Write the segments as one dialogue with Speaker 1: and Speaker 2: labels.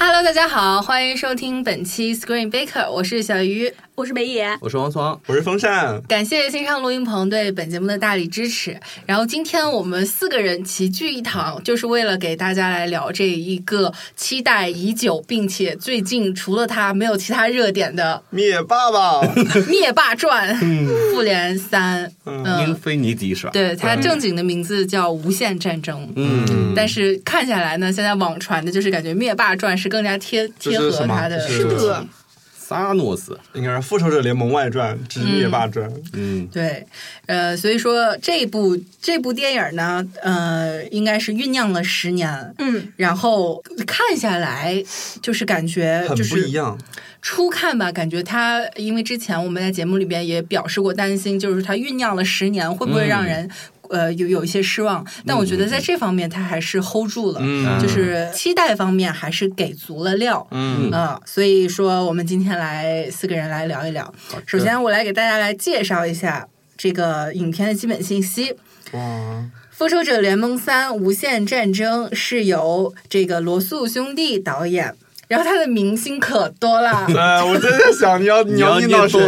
Speaker 1: Hello，大家好，欢迎收听本期 Screen Baker，我是小鱼。
Speaker 2: 我是北野，
Speaker 3: 我是王聪，我是风扇。
Speaker 1: 感谢新上录音棚对本节目的大力支持。然后今天我们四个人齐聚一堂，就是为了给大家来聊这一个期待已久，并且最近除了它没有其他热点 的
Speaker 3: 灭霸吧，
Speaker 1: 《灭霸传》复联三。
Speaker 3: 嗯
Speaker 1: 嗯
Speaker 4: 英，菲尼迪是吧？
Speaker 1: 对，它正经的名字叫《无限战争》。
Speaker 4: 嗯，
Speaker 1: 但是看下来呢，现在网传的就是感觉《灭霸传》是更加贴
Speaker 3: 这
Speaker 1: 贴
Speaker 3: 是
Speaker 1: 合
Speaker 3: 什么
Speaker 1: 它的，
Speaker 3: 这
Speaker 2: 是的
Speaker 4: 萨诺斯，
Speaker 3: 应该是《复仇者联盟外传之灭霸传》
Speaker 4: 嗯，
Speaker 1: 对，呃，所以说这部这部电影呢，呃，应该是酝酿了十年，
Speaker 2: 嗯，
Speaker 1: 然后看下来就是感觉
Speaker 3: 很
Speaker 1: 哎就
Speaker 3: 不一
Speaker 1: 是
Speaker 3: 样。
Speaker 1: 初看吧，感觉它因为之前我们在节目里边也表示过担心，就是它酝酿了十年会不会让
Speaker 4: 嗯
Speaker 1: 人、呃有有一些失望，但我觉得在这方面它还是 hold 住了，
Speaker 3: 嗯
Speaker 1: 就是期待方面还是给足了料，
Speaker 3: 嗯
Speaker 1: 嗯，所以说我们今天来四个人来聊一聊。首先，我来给大家来介绍一下这个影片的基本信息。
Speaker 3: 哇，，
Speaker 1: 《复仇者联盟三：无限战争》是由这个罗素兄弟导演，然后他的明星可多了
Speaker 3: 哎，我正在想你要你要念到谁？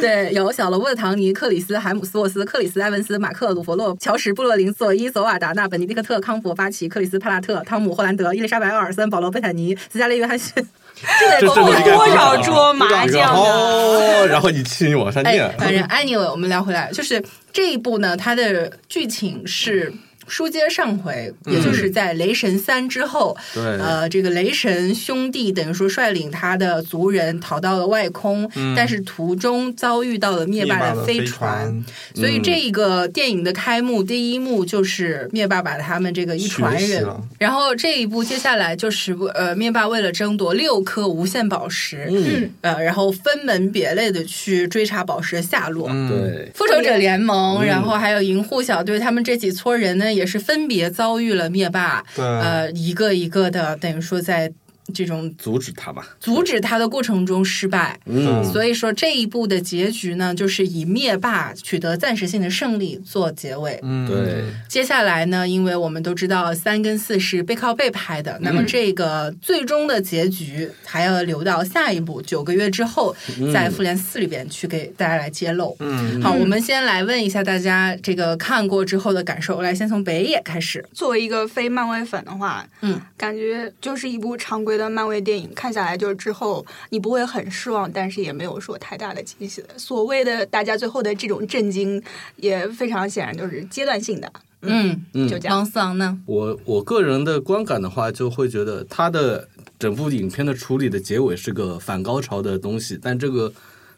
Speaker 1: 对，有小罗伯特·唐尼、克里斯·海姆斯沃斯、克里斯·埃文斯、马克·鲁弗洛、乔什·布洛林、索伊·索瓦达纳、本尼迪克特·康伯巴奇、克里斯·帕拉特、汤姆·霍兰德、伊丽莎白·奥尔森、保罗·贝坦尼、斯嘉丽·约翰逊。这
Speaker 4: 这真的
Speaker 1: 够
Speaker 4: 应该
Speaker 2: 多
Speaker 4: 是
Speaker 2: 少桌麻将呢？
Speaker 4: 哦，然后你去往下
Speaker 1: 哎
Speaker 4: 念，，
Speaker 1: 反正 anyway，我们聊回来，就是这一部呢，它的剧情是。书接上回，也就是在《雷神三》之后，
Speaker 4: 对
Speaker 1: 呃，这个雷神兄弟等于说率领他的族人逃到了外空，但是途中遭遇到了灭
Speaker 3: 灭
Speaker 1: 霸
Speaker 3: 的
Speaker 1: 飞
Speaker 3: 飞船，
Speaker 1: 所
Speaker 3: 嗯
Speaker 1: 以这一个电影的开幕第一幕就是灭霸把他们这个一船
Speaker 3: 学习
Speaker 1: 人
Speaker 3: 了，
Speaker 1: 然后这一步接下来就是呃，灭霸为了争夺六颗无限宝石，
Speaker 4: 嗯，
Speaker 1: 呃，然后分门别类的去追查宝石的下落。
Speaker 3: 嗯，
Speaker 4: 对，
Speaker 1: 复仇者联盟，
Speaker 4: 嗯
Speaker 1: 然后还有银护小队，他们这几撮人呢，也是分别遭遇了灭霸，
Speaker 3: 对
Speaker 1: 呃，一个一个的，等于说在这种
Speaker 4: 阻止他吧，
Speaker 1: 阻止他的过程中失败。
Speaker 4: 嗯，
Speaker 1: 所以说这一部的结局呢，就是以灭霸取得暂时性的胜利做结尾。
Speaker 3: 嗯，
Speaker 4: 对，
Speaker 1: 接下来呢，因为我们都知道三跟四是背靠背拍的，那么这个最终的结局还要留到下一部九个月之后，在复联四里边去给大家来揭露。
Speaker 3: 嗯，
Speaker 1: 好，我们先来问一下大家这个看过之后的感受。来，先从北野开始。
Speaker 2: 作为一个非漫威粉的话，
Speaker 1: 嗯，
Speaker 2: 感觉就是一部常规的漫威电影，看下来就是之后你不会很失望，但是也没有说太大的惊喜。所谓的大家最后的这种震惊，也非常显然就是阶段性的，
Speaker 1: 嗯，
Speaker 2: 就这样。
Speaker 1: 王思昂呢？
Speaker 4: 我我个人的观感的话，就会觉得他的整部影片的处理的结尾是个反高潮的东西，但这个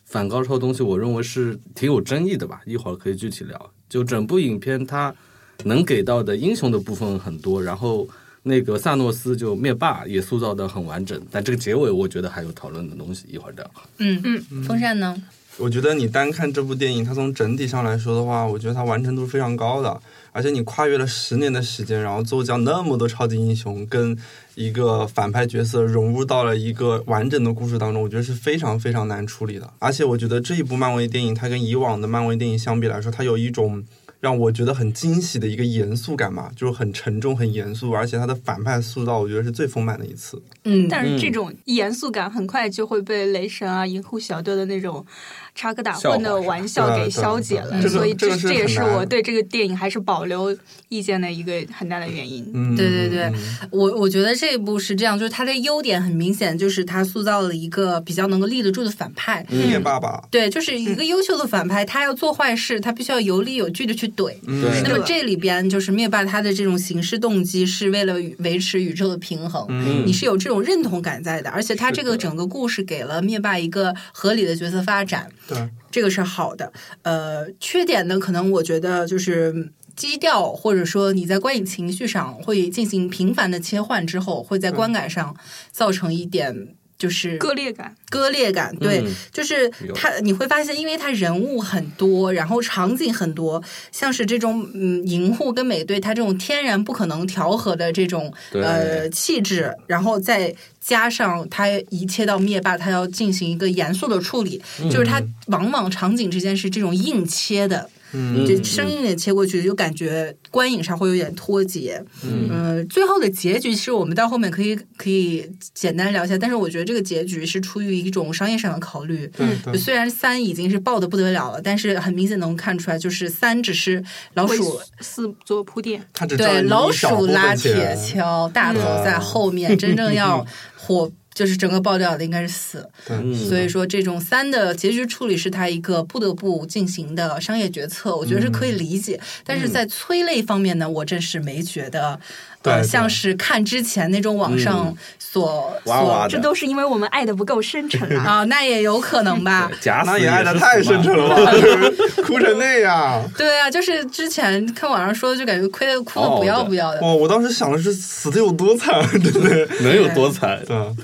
Speaker 4: 反高潮的东西，我认为是挺有争议的吧，一会儿可以具体聊。就整部影片它能给到的英雄的部分很多，然后那个萨诺斯就灭霸也塑造的很完整，但这个结尾我觉得还有讨论的东西，一会儿聊。
Speaker 1: 嗯嗯，风扇呢？
Speaker 3: 我觉得你单看这部电影，它从整体上来说的话，我觉得它完成度非常高的，而且你跨越了十年的时间，然后最后将那么多超级英雄跟一个反派角色融入到了一个完整的故事当中，我觉得是非常非常难处理的。而且我觉得这一部漫威电影，它跟以往的漫威电影相比来说，它有一种。让我觉得很惊喜的一个严肃感吧，就是很沉重、很严肃，而且它的反派塑造，我觉得是最丰满的一次。
Speaker 1: 嗯，
Speaker 2: 但是这种严肃感很快就会被雷神啊、银护小队的那种插科打诨的玩笑给消解了，
Speaker 3: 对对对
Speaker 2: 所以
Speaker 3: 嗯这
Speaker 2: 这
Speaker 3: 个这个是
Speaker 2: 也是
Speaker 3: 很难
Speaker 2: 我对这个电影还是保留意见的一个很大的原因。
Speaker 3: 嗯，
Speaker 1: 对对对
Speaker 3: 嗯，
Speaker 1: 我我觉得这一部是这样，就是它的优点很明显，就是它塑造了一个比较能够立得住的反派。
Speaker 4: 嗯
Speaker 3: 灭霸吧，
Speaker 1: 对，就是一个优秀的反派，他要做坏事，他必须要有理有据的去怼。
Speaker 4: 嗯对
Speaker 1: 那
Speaker 2: 是
Speaker 1: 么
Speaker 2: 的
Speaker 1: 这里边就是灭霸他的这种行事动机是为了与维持宇宙的平衡，
Speaker 3: 嗯
Speaker 1: 你是有这种认同感在的，而且他这个
Speaker 4: 是的
Speaker 1: 整个故事给了灭霸一个合理的角色发展，
Speaker 3: 对，
Speaker 1: 这个是好的。呃，缺点呢，可能我觉得就是。嗯基调或者说你在观影情绪上会进行频繁的切换之后，会在
Speaker 4: 嗯
Speaker 1: 观感上造成一点就是
Speaker 2: 割裂感，
Speaker 1: 割裂感，对，
Speaker 4: 嗯
Speaker 1: 就是
Speaker 4: 有
Speaker 1: 他你会发现，因为他人物很多，然后场景很多，像是这种嗯银护跟美队，他这种天然不可能调和的这种
Speaker 4: 对
Speaker 1: 呃气质，然后再加上他一切到灭霸，他要进行一个严肃的处理，就是他往往场景之间是这种硬切的，
Speaker 3: 嗯
Speaker 1: 就生硬点切过去，就感觉观影上会有点脱节。
Speaker 4: 嗯
Speaker 1: 呃，最后的结局是我们到后面可以可以简单聊一下，但是我觉得这个结局是出于一种商业上的考虑。
Speaker 3: 对
Speaker 2: 嗯
Speaker 1: 就
Speaker 3: 对，
Speaker 1: 虽然三已经是爆的不得了了，但是很明显能看出来，就是三只哦是老
Speaker 2: 为
Speaker 1: 鼠
Speaker 2: 四做铺垫，
Speaker 3: 他只
Speaker 1: 对
Speaker 3: 赚
Speaker 1: 老
Speaker 3: 一小
Speaker 1: 鼠
Speaker 3: 部分
Speaker 1: 拉
Speaker 3: 钱
Speaker 1: 铁锹，大头
Speaker 3: 嗯
Speaker 1: 在后 面，真正要火就是整个爆掉的应该是死。
Speaker 4: 嗯
Speaker 3: 对，
Speaker 1: 所以说，这种三的结局处理是他一个不得不进行的商业决策，我觉得是
Speaker 3: 嗯
Speaker 1: 可以理解。但是在催泪方面呢，我真是没觉得，
Speaker 3: 对
Speaker 1: 呃，
Speaker 3: 对嗯
Speaker 1: 像是看之前那种网上所
Speaker 4: 哇哇
Speaker 1: 所
Speaker 4: 的
Speaker 2: 这都是因为我们爱的不够深沉 啊。
Speaker 1: 啊，那也有可能 吧。
Speaker 4: 假
Speaker 3: 啊那
Speaker 4: 死
Speaker 3: 也爱的
Speaker 4: 是
Speaker 3: 太
Speaker 4: 死嘛
Speaker 3: 深 沉了吧，哭成那样。
Speaker 1: 对啊，就是之前看网上说的，就感觉亏的哭的不
Speaker 4: 嗷
Speaker 1: 要
Speaker 4: 嗷的
Speaker 1: 不要的。
Speaker 3: 哇，哦我当时想的是死的有多惨，啊对不对？
Speaker 4: 能有多惨？
Speaker 3: 对，
Speaker 4: 嗯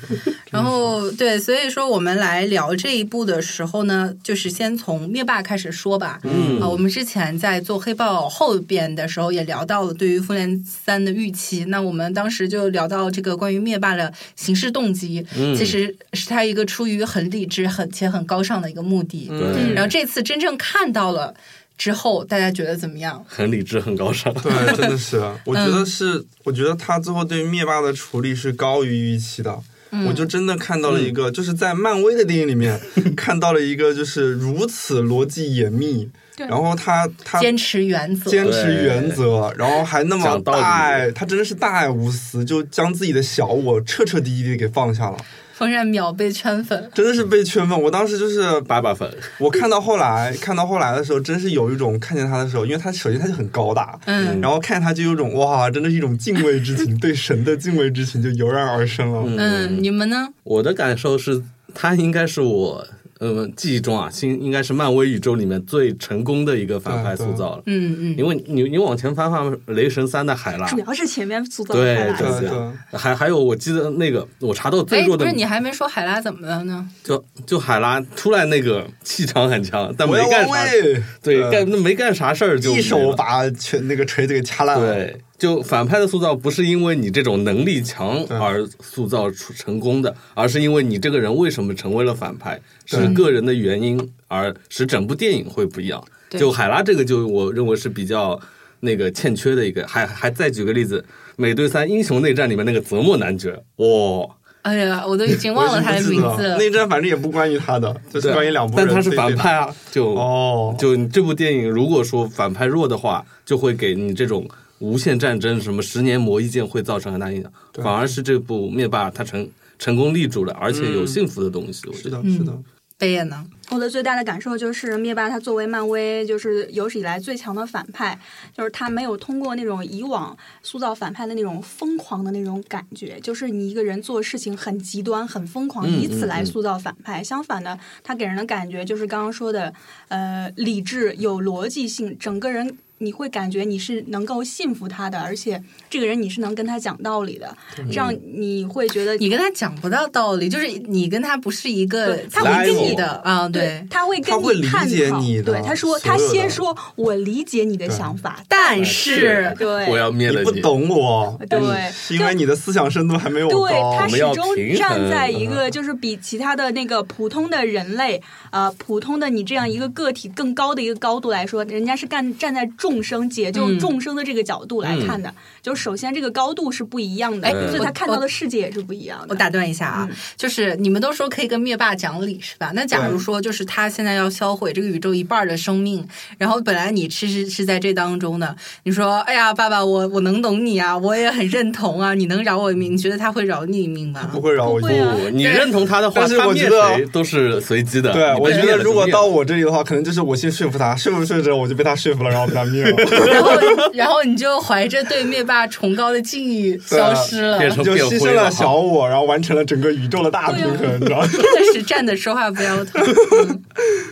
Speaker 1: 然后对，所以说我们来聊这一部的时候呢，就是先从灭霸开始说吧。
Speaker 4: 嗯
Speaker 1: 啊，我们之前在做黑豹后边的时候也聊到了对于复联三的预期，那我们当时就聊到这个关于灭霸的行事动机，
Speaker 4: 嗯
Speaker 1: 其实是他一个出于很理智、很且很高尚的一个目的。
Speaker 4: 对，
Speaker 1: 然后这次真正看到了之后，大家觉得怎么样？
Speaker 4: 很理智，很高尚。
Speaker 3: 对，真的是，啊我觉
Speaker 1: 嗯
Speaker 3: 得是，我觉得他最后对灭霸的处理是高于预期的。
Speaker 1: 嗯
Speaker 3: 我就真的看到了一个，就是在漫威的电影里面 看到了一个，就是如此逻辑严密，
Speaker 2: 对
Speaker 3: 然后他
Speaker 4: 啊
Speaker 3: 他
Speaker 1: 坚持原则，
Speaker 3: 坚持原则，然后还那么
Speaker 4: 讲道理
Speaker 3: 大爱，他真的是大爱无私，就将自己的小我彻彻底底的给放下了，
Speaker 1: 风扇秒被圈粉。
Speaker 3: 真的是被圈粉。我当时就是
Speaker 4: 爸爸粉，
Speaker 3: 我看到后来，看到后来的时候，真是有一种看见他的时候，因为他首先他就很高大，
Speaker 1: 嗯
Speaker 3: 然后看见他就有一种哇，真的是一种敬畏之 情，对神的敬畏之情就油然而生了。
Speaker 1: 嗯，你们呢？
Speaker 4: 我的感受是，他应该是我，呃，记忆中啊，新应该是漫威宇宙里面最成功的一个反派塑造了。
Speaker 1: 嗯嗯
Speaker 4: 因为你你往前翻翻《雷神三》的海拉，
Speaker 3: 嗯
Speaker 2: 主要是前面塑造
Speaker 4: 对
Speaker 2: 开来的，
Speaker 3: 对
Speaker 4: 对
Speaker 3: 对
Speaker 4: 还还有我记得那个我查到最
Speaker 1: 哎，
Speaker 4: 弱
Speaker 1: 不
Speaker 4: 的
Speaker 1: 是，你还没说海拉怎么了呢？
Speaker 4: 就就海拉出来那个气场很强，但
Speaker 3: 我
Speaker 4: 没
Speaker 3: 要
Speaker 4: 干
Speaker 3: 王
Speaker 4: 啥，
Speaker 3: 位，
Speaker 4: 对，
Speaker 3: 呃
Speaker 4: 干那没干啥事儿就
Speaker 3: 一
Speaker 4: 没
Speaker 3: 手
Speaker 4: 了
Speaker 3: 把全那个锤子给掐烂了。
Speaker 4: 对，就反派的塑造不是因为你这种能力强而塑造出成功的，而是因为你这个人为什么成为了反派，
Speaker 3: 对
Speaker 4: 是个人的原因，而使整部电影会不一样。
Speaker 1: 对
Speaker 4: 就海拉这个，就我认为是比较那个欠缺的一个。还还再举个例子，《美队三：英雄内战》里面那个泽莫男爵，哇、
Speaker 1: 哎呀，我都已经忘了他的名字了。
Speaker 3: 内战反正也不关于他的，就是
Speaker 4: 对啊
Speaker 3: 关于两拨
Speaker 4: 但
Speaker 3: 人对
Speaker 4: 他
Speaker 3: 对
Speaker 4: 是
Speaker 3: 的。
Speaker 4: 反派啊，就
Speaker 3: 哦，
Speaker 4: 就你这部电影，如果说反派弱的话，就会给你这种无限战争、什么十年磨一剑会造成很大影响。
Speaker 3: 对嗯
Speaker 4: 反而是这部灭霸他成成功立住了，而且有幸福的东西。我觉
Speaker 3: 是
Speaker 4: 得，
Speaker 1: 嗯
Speaker 3: 的，是的，
Speaker 1: 贝爷呢？
Speaker 2: 我的最大的感受就是，灭霸他作为漫威就是有史以来最强的反派，就是他没有通过那种以往塑造反派的那种疯狂的那种感觉，就是你一个人做事情很极端、很疯狂，
Speaker 4: 嗯
Speaker 2: 以此来
Speaker 4: 嗯
Speaker 2: 塑造反派。相反的，他给人的感觉就是刚刚说的，呃，理智、有逻辑性，整个人。你会感觉你是能够信服他的，而且这个人你是能跟他讲道理的，这样你会觉得
Speaker 1: 你跟他讲不到道理，就是你跟他不是一个
Speaker 2: 对
Speaker 1: 他
Speaker 4: 他
Speaker 1: 会
Speaker 4: 会
Speaker 1: 定
Speaker 4: 跟
Speaker 1: 义
Speaker 4: 你
Speaker 1: 的啊，对。
Speaker 2: 他会
Speaker 3: 他
Speaker 2: 跟
Speaker 3: 会理
Speaker 2: 你探
Speaker 3: 解
Speaker 2: 讨。
Speaker 3: 你的
Speaker 2: 对，他说
Speaker 3: 所有
Speaker 2: 他
Speaker 3: 的
Speaker 2: 先说我理解你的
Speaker 3: 对
Speaker 2: 想法，
Speaker 1: 但嗯哎是
Speaker 2: 对
Speaker 4: 哎我要灭
Speaker 3: 你
Speaker 4: 了
Speaker 3: 不
Speaker 4: 你。
Speaker 3: 懂我，
Speaker 2: 对
Speaker 3: 是因为你的思想深度还没有我
Speaker 2: 对
Speaker 3: 高。
Speaker 2: 他
Speaker 4: 们
Speaker 2: 始
Speaker 4: 要平
Speaker 2: 终站
Speaker 4: 衡
Speaker 2: 在一个
Speaker 3: 嗯
Speaker 2: 就是比其他的那个普通的人类，呃，普通的你这样一个个体更高的一个高度来说，人家是干站在众生解救
Speaker 1: 嗯
Speaker 2: 众生的这个角度来
Speaker 3: 嗯
Speaker 2: 看的。就首先这个高度是不一样的，
Speaker 1: 哎
Speaker 2: 所以
Speaker 1: 我
Speaker 2: 他看
Speaker 1: 我
Speaker 2: 到的世界也是不一样的。
Speaker 3: 哦
Speaker 1: 我打断一下啊，就是你们都说可以跟灭霸讲理是吧？那假如说就是他现在要销毁这个宇宙一半儿的生命，然后本来你是是是在这当中的，你说哎呀爸爸，我我能懂你啊，我也很认同啊，你能饶我一命？你觉得他会饶你一 命吗？
Speaker 3: 不会饶我一
Speaker 2: 不会啊
Speaker 4: 不，你认同他的话，
Speaker 3: 但是
Speaker 4: 他
Speaker 3: 我
Speaker 4: 灭
Speaker 3: 觉得
Speaker 4: 谁都是随机的。
Speaker 3: 对，
Speaker 4: 你
Speaker 3: 我
Speaker 4: 被
Speaker 3: 觉
Speaker 4: 灭
Speaker 3: 得
Speaker 4: 了
Speaker 3: 如
Speaker 4: 就
Speaker 3: 果
Speaker 4: 灭
Speaker 3: 到
Speaker 4: 了
Speaker 3: 我这里的话，可能就是我先说服他，说服说着我就被他说服了，然后被他 灭了，
Speaker 1: 然后然后你就怀着对灭霸崇高的敬意消失了，
Speaker 4: 变成
Speaker 3: 就
Speaker 4: 变
Speaker 3: 牺牲
Speaker 4: 灰
Speaker 3: 了
Speaker 4: 了。
Speaker 3: 小我，然后完成了整个宇宙的大平
Speaker 1: 啊
Speaker 3: 衡，你知道吗？
Speaker 1: 真的是站着说话不腰 疼。嗯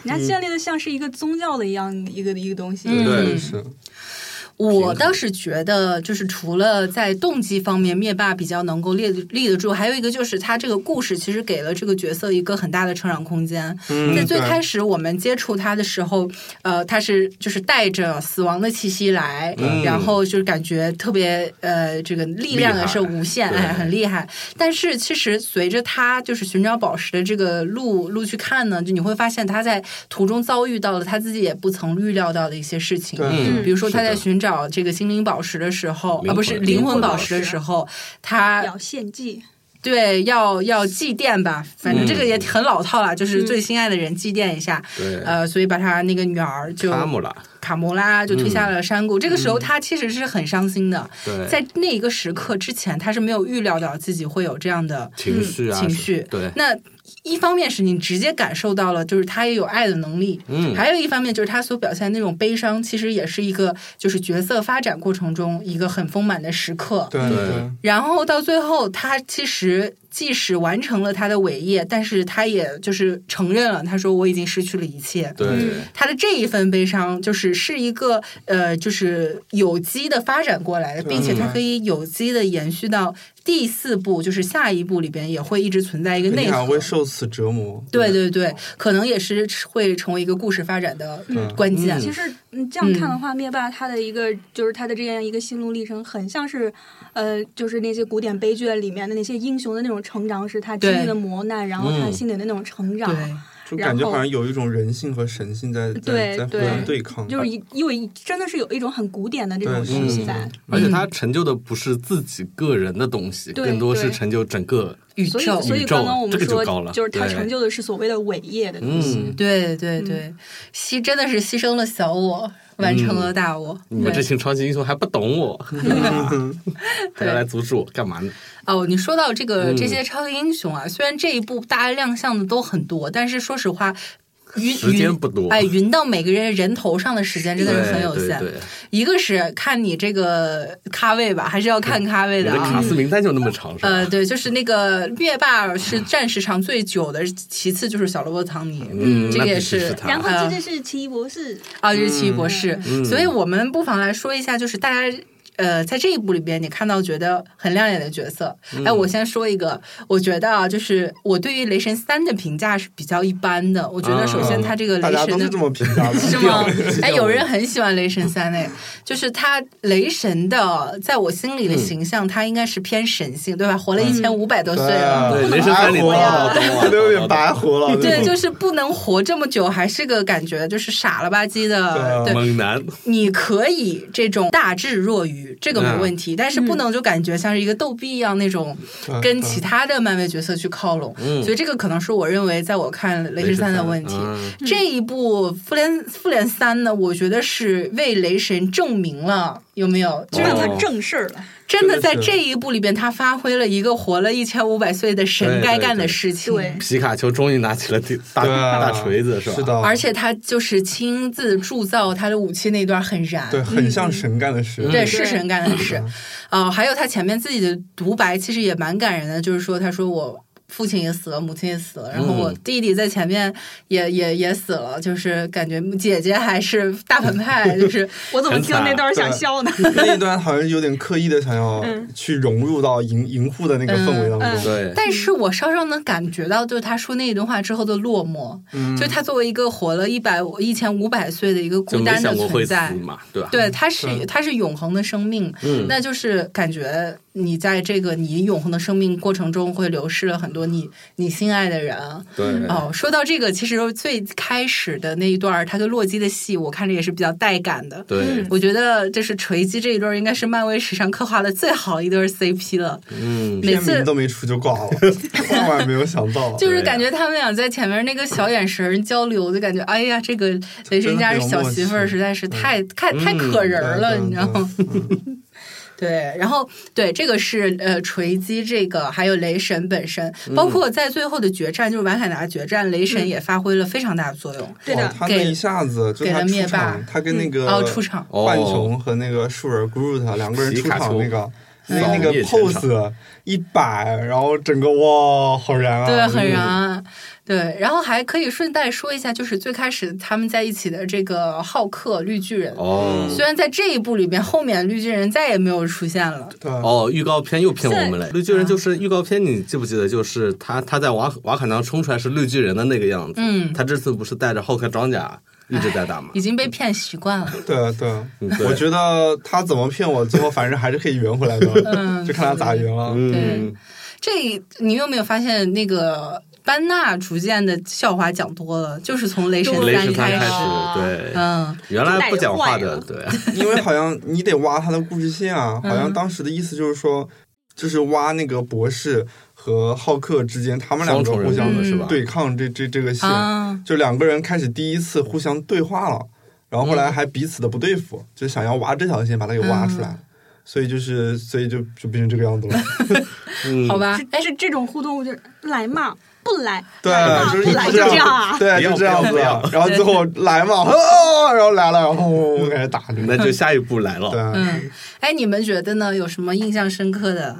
Speaker 2: 人家建立的像是一个宗教的一样一个一个东西。
Speaker 1: 嗯
Speaker 3: 是，
Speaker 1: 我倒是觉得，就是除了在动机方面，灭霸比较能够立立得住，还有一个就是他这个故事其实给了这个角色一个很大的成长空间。
Speaker 3: 嗯
Speaker 1: 在最
Speaker 3: 对
Speaker 1: 开始我们接触他的时候，呃，他是就是带着死亡的气息来，
Speaker 3: 嗯
Speaker 1: 然后就是感觉特别呃，这个力量也是无限，
Speaker 4: 厉害
Speaker 1: 哎，很厉害。但是其实随着他就是寻找宝石的这个路路去看呢，就你会发现他在途中遭遇到了他自己也不曾预料到的一些事情。
Speaker 3: 对
Speaker 4: 嗯
Speaker 1: 比如说他
Speaker 4: 是的
Speaker 1: 在寻找这个心灵宝石的时候，
Speaker 4: 灵
Speaker 1: 啊，
Speaker 4: 魂
Speaker 1: 不是灵
Speaker 4: 灵
Speaker 1: 魂
Speaker 4: 魂
Speaker 1: 宝
Speaker 4: 宝
Speaker 1: 石的
Speaker 2: 石
Speaker 1: 时候，他
Speaker 2: 要献祭，
Speaker 1: 对要要祭奠吧，反正这个
Speaker 4: 嗯
Speaker 1: 也很老套了，就是
Speaker 2: 嗯
Speaker 1: 最心爱的人祭奠一下。
Speaker 4: 对，
Speaker 1: 呃，所以把他那个女儿就
Speaker 4: 卡姆拉，
Speaker 1: 卡摩拉就推下了山谷。这个时候他其实是很伤心的，
Speaker 4: 对，
Speaker 1: 在那一个时刻之前，他是没有预料到自己会有这样的
Speaker 4: 情绪啊，
Speaker 1: 嗯情
Speaker 4: 是
Speaker 1: 绪
Speaker 4: 对，
Speaker 1: 那一方面是你直接感受到了，就是他也有爱的能力；
Speaker 4: 嗯
Speaker 1: 还有一方面就是他所表现的那种悲伤，其实也是一个就是角色发展过程中一个很丰满的时刻。
Speaker 3: 对
Speaker 4: 对
Speaker 3: 对
Speaker 1: 然后到最后，他其实即使完成了他的伟业，但是他也就是承认了，他说我已经失去了一切。
Speaker 4: 对，
Speaker 1: 他的这一份悲伤，就是是一个呃，就是有机的发展过来的，
Speaker 3: 对
Speaker 1: 并且它
Speaker 3: 嗯
Speaker 1: 可以有机的延续到第四部，就是下一部里边也会一直存在一个
Speaker 3: 肯
Speaker 1: 内
Speaker 3: 定还
Speaker 1: 核
Speaker 3: 会。受此折磨。
Speaker 1: 对对对，可能也是会成为一个故事发展的
Speaker 3: 嗯
Speaker 1: 关键。
Speaker 2: 其实嗯，这样看的话，灭霸他的一个就是他的这样一个心路历程，很像是，呃，就是那些古典悲剧里面的那些英雄的那种成长史，他经历
Speaker 1: 对
Speaker 2: 了磨难，然后他
Speaker 4: 嗯
Speaker 2: 心里的那种成长，
Speaker 1: 对，
Speaker 3: 就感
Speaker 2: 然
Speaker 3: 觉
Speaker 2: 后
Speaker 3: 好像有一种人性和神性在在
Speaker 2: 对
Speaker 3: 在互
Speaker 2: 对
Speaker 3: 相对抗，
Speaker 2: 就是一因为真的是有一种很古典的这种
Speaker 3: 对
Speaker 2: 东西
Speaker 4: 嗯
Speaker 2: 在，
Speaker 4: 而且他成就的不是自己个人的东西，
Speaker 2: 对
Speaker 4: 更多是
Speaker 2: 对
Speaker 4: 成就整个，
Speaker 1: 宇
Speaker 2: 所以
Speaker 1: 宙。
Speaker 2: 所以
Speaker 4: 宇宙
Speaker 2: 刚刚我们
Speaker 4: 这个就
Speaker 2: 说，
Speaker 4: 高了
Speaker 2: 就是他
Speaker 4: 对
Speaker 2: 成就的是所谓的伟业的东西。
Speaker 4: 嗯，
Speaker 1: 对对对，
Speaker 2: 嗯
Speaker 1: 牺真的是牺牲了小我，完
Speaker 3: 嗯
Speaker 1: 成了大我。
Speaker 4: 你们这
Speaker 1: 对
Speaker 4: 群超级英雄还不 懂我，还要来阻止我干嘛呢？
Speaker 1: 哦，你说到这个
Speaker 4: 嗯
Speaker 1: 这些超级英雄啊，虽然这一部大家亮相的都很多，但是说实话，云
Speaker 4: 时间
Speaker 1: 云
Speaker 4: 不多
Speaker 1: 哎，云到每个人人头上的时间真的是
Speaker 4: 对
Speaker 1: 很有限。
Speaker 4: 对对
Speaker 1: 一个是看你这个咖位吧，还是要看咖位
Speaker 4: 你
Speaker 1: 的
Speaker 4: 的卡
Speaker 1: 啊。
Speaker 4: 斯名单就那么长，是吧？
Speaker 1: 呃，对，就是那个灭霸是占时长最久的，其次就是小萝卜唐尼，
Speaker 4: 嗯
Speaker 1: 这个
Speaker 4: 那
Speaker 1: 也
Speaker 4: 必须
Speaker 1: 是
Speaker 4: 是他
Speaker 2: 然后
Speaker 1: 啊
Speaker 2: 这就是奇异博
Speaker 4: 哦
Speaker 2: 士，
Speaker 1: 啊，这是奇异博士。
Speaker 4: 嗯
Speaker 1: 所以我们不妨来说一下，就是大家。呃，在这一部里边，你看到觉得很亮眼的角色，
Speaker 3: 嗯
Speaker 1: 哎，我先说一个，我觉得啊，就是我对于雷神三的评价是比较一般的。我觉得首先他这个
Speaker 3: 嗯大
Speaker 1: 雷
Speaker 3: 家
Speaker 1: 神
Speaker 3: 都
Speaker 1: 的
Speaker 3: 是这么评价 的，
Speaker 1: 是吗
Speaker 4: 掉了？
Speaker 1: 哎，
Speaker 4: 掉了
Speaker 1: 有人很喜欢雷神三诶，就是他雷神的，在我心里的形象，他应该是偏神性，对吧？活了一千五百多岁了。
Speaker 4: 对
Speaker 3: 对，啊
Speaker 4: 雷神三里
Speaker 3: 白活
Speaker 4: 叨叨叨叨叨
Speaker 3: 了， 都有点白活了。
Speaker 1: 对，就是不能活这么久，还是个感觉就是傻了吧唧
Speaker 3: 对啊
Speaker 1: 的。对，
Speaker 4: 猛男，
Speaker 1: 你可以这种大智若愚，这个没
Speaker 4: 嗯
Speaker 1: 问题，但是不能就感觉像是一个逗逼一样那种，
Speaker 3: 对
Speaker 1: 跟其他的漫威角色去靠拢。
Speaker 4: 嗯
Speaker 1: 所以这个可能是我认为，在我看雷神三的问题。
Speaker 4: 嗯
Speaker 1: 这一部复联复联三呢，我觉得是为雷神证明了有没有？就
Speaker 2: 就是让
Speaker 4: 哦
Speaker 2: 他正事儿了。
Speaker 1: 真的在
Speaker 3: 真的是
Speaker 1: 这一部里边，他发挥了一个活了一千五百岁的神
Speaker 4: 对
Speaker 1: 该
Speaker 4: 对
Speaker 1: 干的
Speaker 4: 对
Speaker 1: 事情。
Speaker 2: 对
Speaker 4: 皮卡丘终于拿起了大
Speaker 3: 对啊
Speaker 4: 大锤子，是吧？
Speaker 3: 是的，
Speaker 1: 而且他就是亲自铸造他的武器那段很燃，
Speaker 3: 对，很像神干的事。
Speaker 1: 对，
Speaker 4: 嗯
Speaker 1: 是神干的事。呃，还有他前面自己的独白，其实也蛮感人的，就是说他说我。父亲也死了，母亲也死了，然后我
Speaker 4: 嗯
Speaker 1: 弟弟在前面也、也也死了，就是感觉姐姐还是大反派，就是
Speaker 2: 我怎么听那段想笑呢？
Speaker 3: 那一段好像有点刻意的想要
Speaker 1: 嗯
Speaker 3: 去融入到银银护的那个氛围当
Speaker 2: 嗯
Speaker 3: 中，
Speaker 4: 对，
Speaker 1: 但是我稍稍能感觉到，就是他说那一段话之后的落寞，
Speaker 3: 嗯
Speaker 1: 就他作为一个活了一百一千五百岁的一个
Speaker 4: 就
Speaker 1: 孤
Speaker 4: 没
Speaker 1: 单的
Speaker 4: 想过
Speaker 1: 存
Speaker 4: 会死
Speaker 1: 在，
Speaker 4: 嘛，对吧？
Speaker 1: 对，它是
Speaker 3: 对
Speaker 1: 它是永恒的生命，
Speaker 4: 嗯
Speaker 1: 那就是感觉你在这个你永恒的生命过程中会流失了很多你你心爱的人。
Speaker 4: 对，
Speaker 1: 哦，说到这个，其实最开始的那一段儿他跟洛基的戏，我看着也是比较带感的。
Speaker 4: 对，
Speaker 1: 我觉得就是锤击这一对儿应该是漫威史上刻画的最好一对儿 CP 了。
Speaker 4: 嗯，
Speaker 1: 每
Speaker 3: 片
Speaker 1: 次
Speaker 3: 名都没出就挂 了，万万没有想到。
Speaker 1: 就是感觉他们俩在前面那个小眼神儿交流，就感觉哎呀，这个雷神家的小媳妇儿实在是太太太可人儿了，
Speaker 3: 对哦
Speaker 1: 你知道吗？对，然后对这个是呃锤击这个，还有雷神本身，包
Speaker 4: 嗯
Speaker 1: 括在最后的决战，就是瓦坎达决战，雷神也发挥了非常大的作用。
Speaker 2: 对
Speaker 3: 哇
Speaker 2: 的，
Speaker 3: 他
Speaker 1: 给
Speaker 3: 那一下子就
Speaker 1: 给了
Speaker 3: 他出
Speaker 1: 灭霸
Speaker 3: 场，他跟那个
Speaker 1: 哦，出场
Speaker 4: 哦
Speaker 3: 浣熊和那个树人 Groot 啊两个人出
Speaker 4: 皮卡
Speaker 3: 场
Speaker 4: 丘
Speaker 3: 那个。
Speaker 4: 嗯
Speaker 3: 那那个
Speaker 4: 嗯
Speaker 3: pose 一摆，然后整个哇，好燃啊！
Speaker 1: 对，很。燃。对，然后还可以顺带说一下，就是最开始他们在一起的这个浩克绿巨人，
Speaker 4: 哦
Speaker 1: 虽然在这一部里面，后面绿巨人再也没有出现了。
Speaker 3: 对，
Speaker 4: 哦，预告片又骗我们了。绿巨人就是
Speaker 1: 嗯
Speaker 4: 预告片，你记不记得？就是他他在瓦瓦坎达冲出来是绿巨人的那个样子。
Speaker 1: 嗯
Speaker 4: 他这次不是带着浩克装甲一直在打吗？
Speaker 1: 已经被骗习惯了，
Speaker 3: 对对，
Speaker 4: 嗯对
Speaker 3: 我觉得他怎么骗我，最后反正还是可以圆回来的，
Speaker 1: 嗯
Speaker 3: 就看他咋圆了。
Speaker 1: 对
Speaker 4: 嗯，
Speaker 1: 这你有没有发现那个班纳逐渐的笑话讲多了，就是从雷神
Speaker 4: 雷
Speaker 1: 三
Speaker 4: 神三
Speaker 1: 开
Speaker 4: 开
Speaker 1: 始
Speaker 4: 始，
Speaker 2: 哦
Speaker 4: 对，
Speaker 1: 嗯，
Speaker 4: 原来不讲话
Speaker 2: 就带
Speaker 4: 的，
Speaker 2: 坏
Speaker 4: 对，
Speaker 3: 因为好像你得挖他的故事线啊，
Speaker 1: 嗯
Speaker 3: 好像当时的意思就是说，就是挖那个博士和浩克之间，他们
Speaker 4: 双
Speaker 3: 两个
Speaker 4: 重人
Speaker 3: 互相
Speaker 4: 格是吧？
Speaker 3: 嗯对抗这这这个线，
Speaker 1: 啊，
Speaker 3: 就两个人开始第一次互相对话了，然后后来还彼此的不对付，就想要挖这条线把它给挖出来，所以就是所以就就变成这个样子了。
Speaker 4: 嗯，
Speaker 1: 好吧，哎
Speaker 2: 这这这种互动，我就来嘛，不来，
Speaker 3: 对
Speaker 2: 来嘛，
Speaker 3: 就是
Speaker 2: 不来
Speaker 3: 一
Speaker 2: 就
Speaker 3: 直这样
Speaker 2: 这样啊。
Speaker 3: 对，
Speaker 4: 不要
Speaker 3: 就这样子
Speaker 4: 不要不
Speaker 3: 的。然后最后来嘛，哦，然后来了，然后我开始打这个。
Speaker 4: 那就下一步来了。
Speaker 3: 对，
Speaker 1: 嗯，哎，你们觉得呢？有什么印象深刻的？